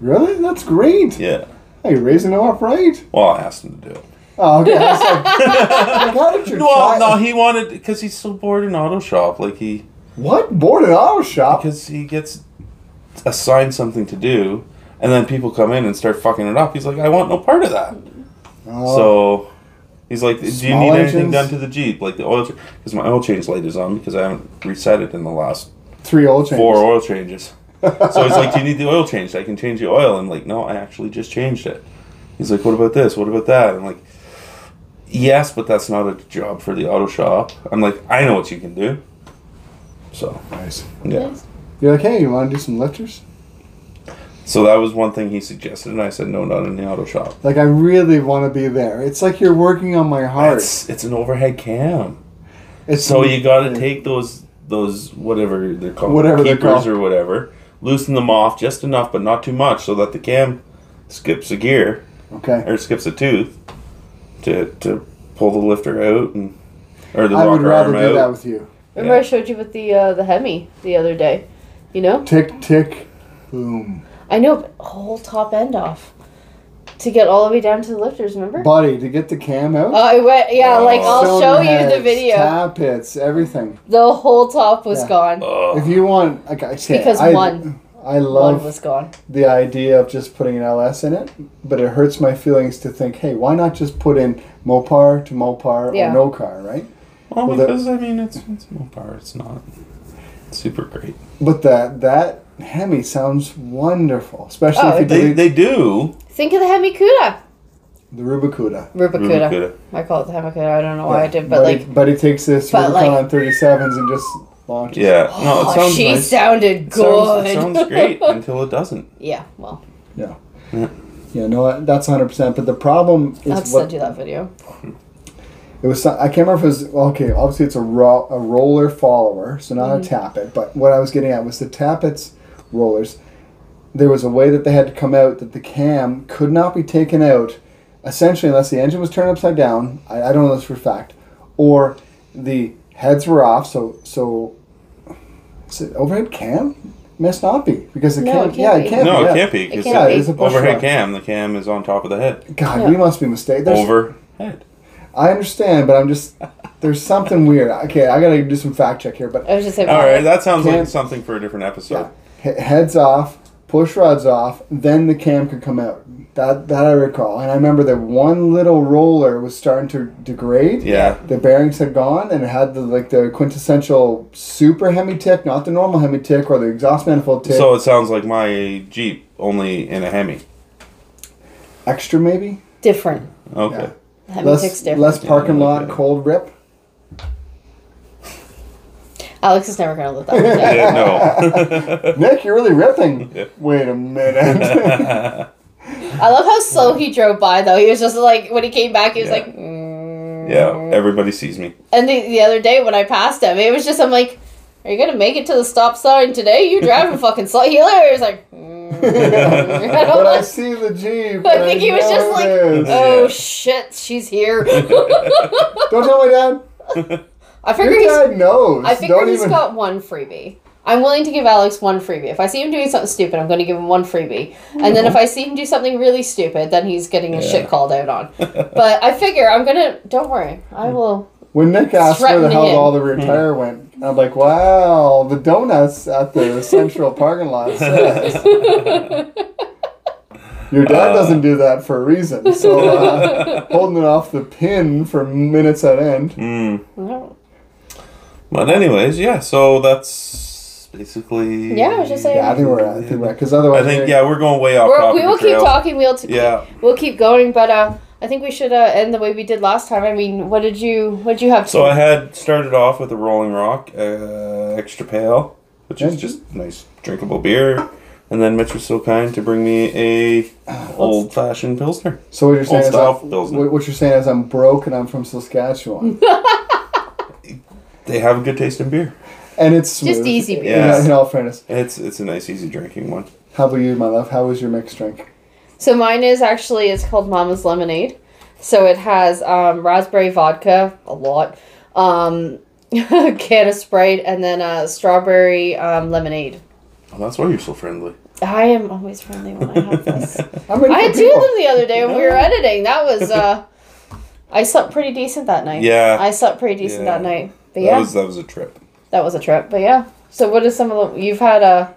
S5: Really? That's great.
S1: yeah.
S5: Hey, raising them up right.
S1: Well, I asked him to do it.
S5: Oh, okay. I was like, like, how did your
S1: Well,
S5: child-
S1: no, he wanted because he's so bored in auto shop. Like he
S5: What? Board at auto shop?
S1: because he gets assigned something to do, and then people come in and start fucking it up. He's like, I want no part of that.
S5: Oh,
S1: so he's like, Do you
S5: Small
S1: need anything
S5: engines?
S1: done to the Jeep? Like the oil, because my oil change light is on because I haven't reset it in the last
S5: three oil changes.
S1: four oil changes. so he's like, Do you need the oil changed? I can change the oil. I'm like, No, I actually just changed it. He's like, What about this? What about that? I'm like. Yes, but that's not a job for the auto shop. I'm like, I know what you can do. So,
S5: Nice.
S1: yeah.
S5: You're like, hey, you want to do some lifters?
S1: So that was one thing he suggested, and I said, no, not in the auto shop.
S5: Like, I really want to be there. It's like you're working on my heart.
S1: It's it's an overhead cam.
S5: It's
S1: So you got to take those those whatever they're called,
S5: Whatever they're
S1: keepers
S5: called.
S1: or whatever, loosen them off just enough, but not too much, so that the cam skips a gear
S5: Okay.
S1: or skips a tooth to to pull the lifter out and or the
S5: I would
S1: rocker
S5: rather
S1: arm
S5: do that
S1: out.
S5: with you.
S4: Remember I
S1: Yeah.
S4: showed you with the uh, the Hemi the other day. You know,
S5: Tick, tick, boom.
S4: I know, but whole top end off to get all the way down to the lifters. Remember?
S5: Buddy, to get the cam out.
S4: Oh, I went. Yeah,
S1: Oh.
S4: like I'll show
S5: cylinder
S4: you the
S5: heads,
S4: video.
S5: Tap hits, everything.
S4: The whole top was
S5: Yeah.
S4: gone.
S1: Ugh.
S5: If you want, like I said,
S4: because
S5: I,
S4: one-
S5: I
S4: One
S5: love
S4: was gone.
S5: the idea of just putting an LS in it, but it hurts my feelings to think, hey, why not just put in Mopar to Mopar
S4: Yeah.
S5: or no car, right?
S1: well,
S5: well, that-
S1: because I mean, it's it's Mopar. It's not super great.
S5: But that that Hemi sounds wonderful, especially
S4: Oh,
S5: if you
S1: They
S5: delete
S1: they do.
S4: Think of the Hemi Cuda.
S5: the Rubicuda.
S4: Rubicuda.
S1: Rubicuda.
S4: I call it the Hemi Cuda. I don't know why Oh, I did, but
S5: but
S4: like,
S5: he, but he takes this
S4: but,
S5: Rubicon
S4: like-
S5: on 37s and just launches.
S1: Yeah. No, it
S4: oh,
S1: sounds
S4: she
S1: nice.
S4: sounded
S1: It sounds-
S4: good.
S1: it sounds great until it doesn't.
S4: yeah. Well.
S5: Yeah. Yeah, no, that- that's 100%. But the problem
S4: I'll have
S5: is
S4: to
S5: what
S4: send you that video.
S5: it was. some- I can't remember if it was okay. Obviously, it's a ro- a roller follower, so not
S4: Mm-hmm.
S5: a tappet. But what I was getting at was the tappets rollers. There was a way that they had to come out that the cam could not be taken out, essentially unless the engine was turned upside down. I, I don't know this for a fact, or the heads were off. So so, is it overhead cam must not be because the
S4: No,
S5: cam
S4: it can't
S5: yeah
S4: be.
S5: it can't
S1: No,
S5: be,
S1: it
S5: yeah.
S1: can't be because
S4: It can't
S1: the
S4: be.
S5: it's a bush
S1: overhead
S5: rock.
S1: cam, the cam is on top of the head.
S5: God,
S4: Yeah.
S5: we must be mistaken. There's-
S1: Overhead.
S5: I understand, but I'm just there's something weird. Okay, I gotta do some fact check here, but
S4: I was just saying.
S1: All right, that sounds
S5: Cam-
S1: like something for a different episode.
S5: he- heads off, push rods off, then the cam could come out. That that I recall, and I remember that one little roller was starting to degrade.
S1: Yeah.
S5: the bearings had gone, and it had the like the quintessential super Hemi tick, not the normal Hemi tick or the exhaust manifold tick.
S1: So it sounds like my Jeep, only in a Hemi.
S5: extra maybe,
S4: different.
S1: Okay.
S5: Yeah.
S4: That
S5: less
S4: makes different.
S5: less parking
S1: Yeah,
S5: lot
S1: okay.
S5: cold rip.
S4: Alex is never gonna let that one down.
S1: Yeah, no.
S5: Nick, you're really ripping. Wait a minute.
S4: I love how slow he drove by though. He was just like when he came back, he was
S1: Yeah.
S4: like, mm.
S1: yeah, everybody sees me.
S4: And the, the other day when I passed him, it was just I'm like, are you gonna make it to the stop sign today? You driving fucking slow. He literally was like, mm. And I'm
S5: but I
S4: like,
S5: see the Jeep.
S4: I
S5: and
S4: think he was
S5: know
S4: just
S5: it
S4: like,
S5: is.
S4: oh
S1: Yeah.
S4: shit, she's here.
S5: Don't tell my dad.
S4: I figure
S5: Your
S4: he's
S5: dad knows.
S4: I figure
S5: Don't
S4: he's
S5: even.
S4: got one freebie. I'm willing to give Alex one freebie. If I see him doing something stupid, I'm going to give him one freebie. And then if I see him do something really stupid, then he's getting his shit called out on. but I figure I'm going to. Don't worry. I
S1: Hmm.
S4: will.
S5: when Nick asked where the
S4: threatening
S5: hell
S4: him.
S5: all the rear tire went, I'm like, wow, the donuts at the central parking lot. says." Your
S1: Uh.
S5: dad doesn't do that for a reason. So uh, holding it off the pin for minutes at end.
S1: Mm.
S4: No.
S1: But anyways, yeah. So that's basically.
S4: Yeah, I was just saying-
S5: Yeah, I think we're at. I think we're because otherwise,
S1: I think
S5: we-
S1: yeah, we're going way off
S4: We're,
S1: topic.
S4: we will keep
S1: trail.
S4: talking. We'll, t-
S1: Yeah.
S4: we'll keep going. But uh, I think we should uh, end the way we did last time. I mean, what did you what did you have?
S1: So I had started off with a Rolling Rock uh, extra pale, which is
S5: Mhm.
S1: just nice drinkable beer, and then Mitch was so kind to bring me a old fashioned pilsner.
S5: So what you're saying
S1: Old
S5: is,
S1: style
S5: I'm-
S1: Pilsner.
S5: what what you're saying is, I'm broke and I'm from Saskatchewan,
S1: They have a good taste in beer.
S5: and it's smooth.
S4: Just easy beers.
S5: In, in all fairness,
S1: It's it's a nice, easy drinking one.
S5: how about you, my love? How was your mixed drink?
S4: So mine is actually it's called Mama's Lemonade. So it has um, raspberry vodka, a lot, um, can of Sprite, and then uh, strawberry um, lemonade.
S1: Oh, that's why you're so friendly.
S4: I am always friendly when I have this.
S5: I'm ready
S4: I
S5: for
S4: had two
S5: people.
S4: of them the other day when we were editing. That was uh, I slept pretty decent that night.
S1: Yeah.
S4: I slept pretty decent
S1: Yeah.
S4: that night. But
S1: That
S4: yeah,
S1: was that was a trip.
S4: a trip. But yeah. So what is some of the you've had a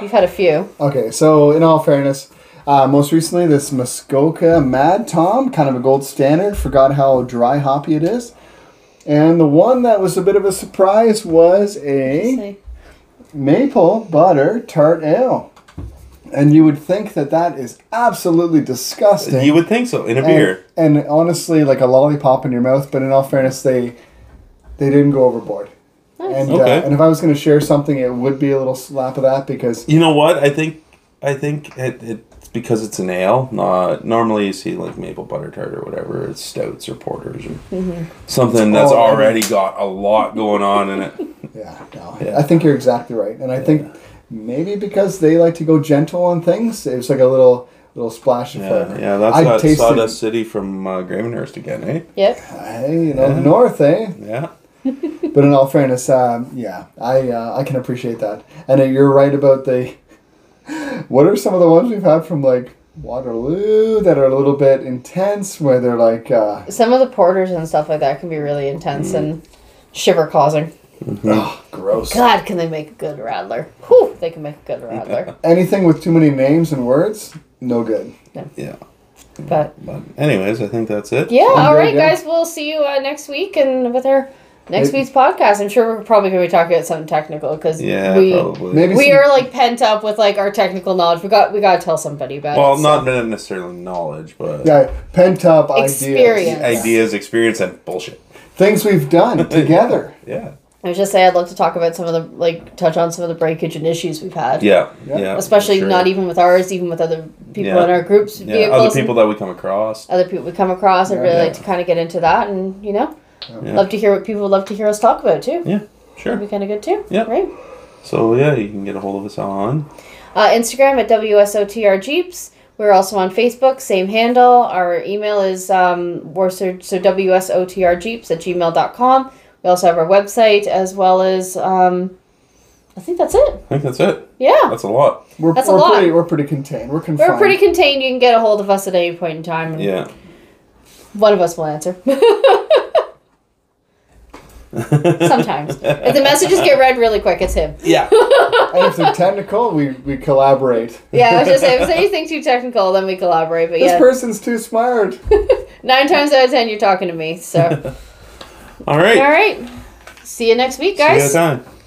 S4: you've had a few.
S5: Okay, so in all fairness, uh, most recently this Muskoka Mad Tom, kind of a gold standard. Forgot how dry hoppy it is. And the one that was a bit of a surprise was a
S4: Say.
S5: maple butter tart ale. And you would think that that is absolutely disgusting.
S1: You would think so in a
S5: and,
S1: beer.
S5: and honestly, like a lollipop in your mouth. But in all fairness, they they didn't go overboard. And,
S1: Okay.
S5: uh, and if I was going to share something, it would be a little slap of that because
S1: You know what? I think I think it, it's because it's an ale. Not normally you see like maple butter tart or whatever. It's stouts or porters or
S4: Mm-hmm.
S1: something that's
S5: Oh, I mean-
S1: already got a lot going on in it.
S5: Yeah, no,
S1: Yeah.
S5: I think you're exactly right, and I think maybe because they like to go gentle on things, it's like a little little splash of
S1: Yeah,
S5: flavor.
S1: yeah. That's
S5: I
S1: that
S5: tasted-
S1: Sawdust City from uh, Gravenhurst again, eh?
S4: Yep.
S5: Hey, you know, the north, eh?
S1: Yeah.
S5: But in all fairness, um, yeah, I uh, I can appreciate that, and uh, you're right about the. What are some of the ones we've had from like Waterloo that are a little bit intense, where they're like, uh,
S4: Some of the porters and stuff like that can be really intense and
S1: Mm-hmm.
S4: shiver causing.
S5: oh, gross.
S4: God, can they make a good rattler? Whew, they can make a good rattler.
S5: Anything with too many names and words, no good.
S1: Yeah.
S4: But
S1: But anyways, I think that's it.
S4: yeah, all right,
S5: yeah.
S4: guys, we'll see you uh, next week and with our next
S5: Maybe-
S4: week's podcast. I'm sure we're probably going to be talking about something technical because
S1: Yeah,
S4: we
S1: probably.
S5: Maybe
S4: we
S5: some-
S4: are like pent up with like our technical knowledge. We got we got to tell somebody about
S1: Well,
S4: it. so.
S1: not necessarily knowledge, but
S5: Yeah, pent up
S4: Experience.
S5: ideas,
S1: ideas, experience, and bullshit.
S5: things we've done together.
S1: Yeah.
S4: I was just saying I'd love to talk about some of the like touch on some of the breakage and issues we've had.
S1: Yeah,
S5: Yeah.
S1: yeah.
S4: Especially
S1: sure.
S4: not even with ours, even with other people
S1: Yeah.
S4: in our groups.
S1: yeah.
S4: vehicles
S1: other
S4: and
S1: people that we come across.
S4: other people we come across. I'd
S5: Yeah.
S4: really like
S1: Yeah.
S4: to kind of get into that, and you know,
S1: Yeah.
S4: love to hear what people would love to hear us talk about too.
S1: Yeah,
S4: That'd
S1: sure.
S4: be kind of good too.
S1: Yeah.
S4: Right.
S1: So yeah, you can get a hold of us on.
S4: Uh, Instagram at WSOTR Jeeps. We're also on Facebook, same handle. Our email is um, we're so, so WSOTRJeeps at gmail.com. We also have our website as well as, um, I think that's it.
S1: I think that's it.
S4: Yeah.
S1: That's a lot.
S5: We're,
S4: That's a
S5: we're
S4: lot.
S5: pretty. We're pretty contained. We're confined.
S4: We're pretty contained. You can get a hold of us at any point in time. and
S1: Yeah.
S4: One of us will answer. Sometimes. If the messages get read really quick, it's him.
S1: Yeah.
S5: and if they're technical, we, we collaborate.
S4: Yeah, I was just saying, if it's anything too technical, then we collaborate. But
S5: This
S4: yeah,
S5: person's too smart.
S4: nine times out of ten, you're talking to me. So.
S1: All right.
S4: All right. See you next week,
S1: See you
S4: guys.
S1: next time.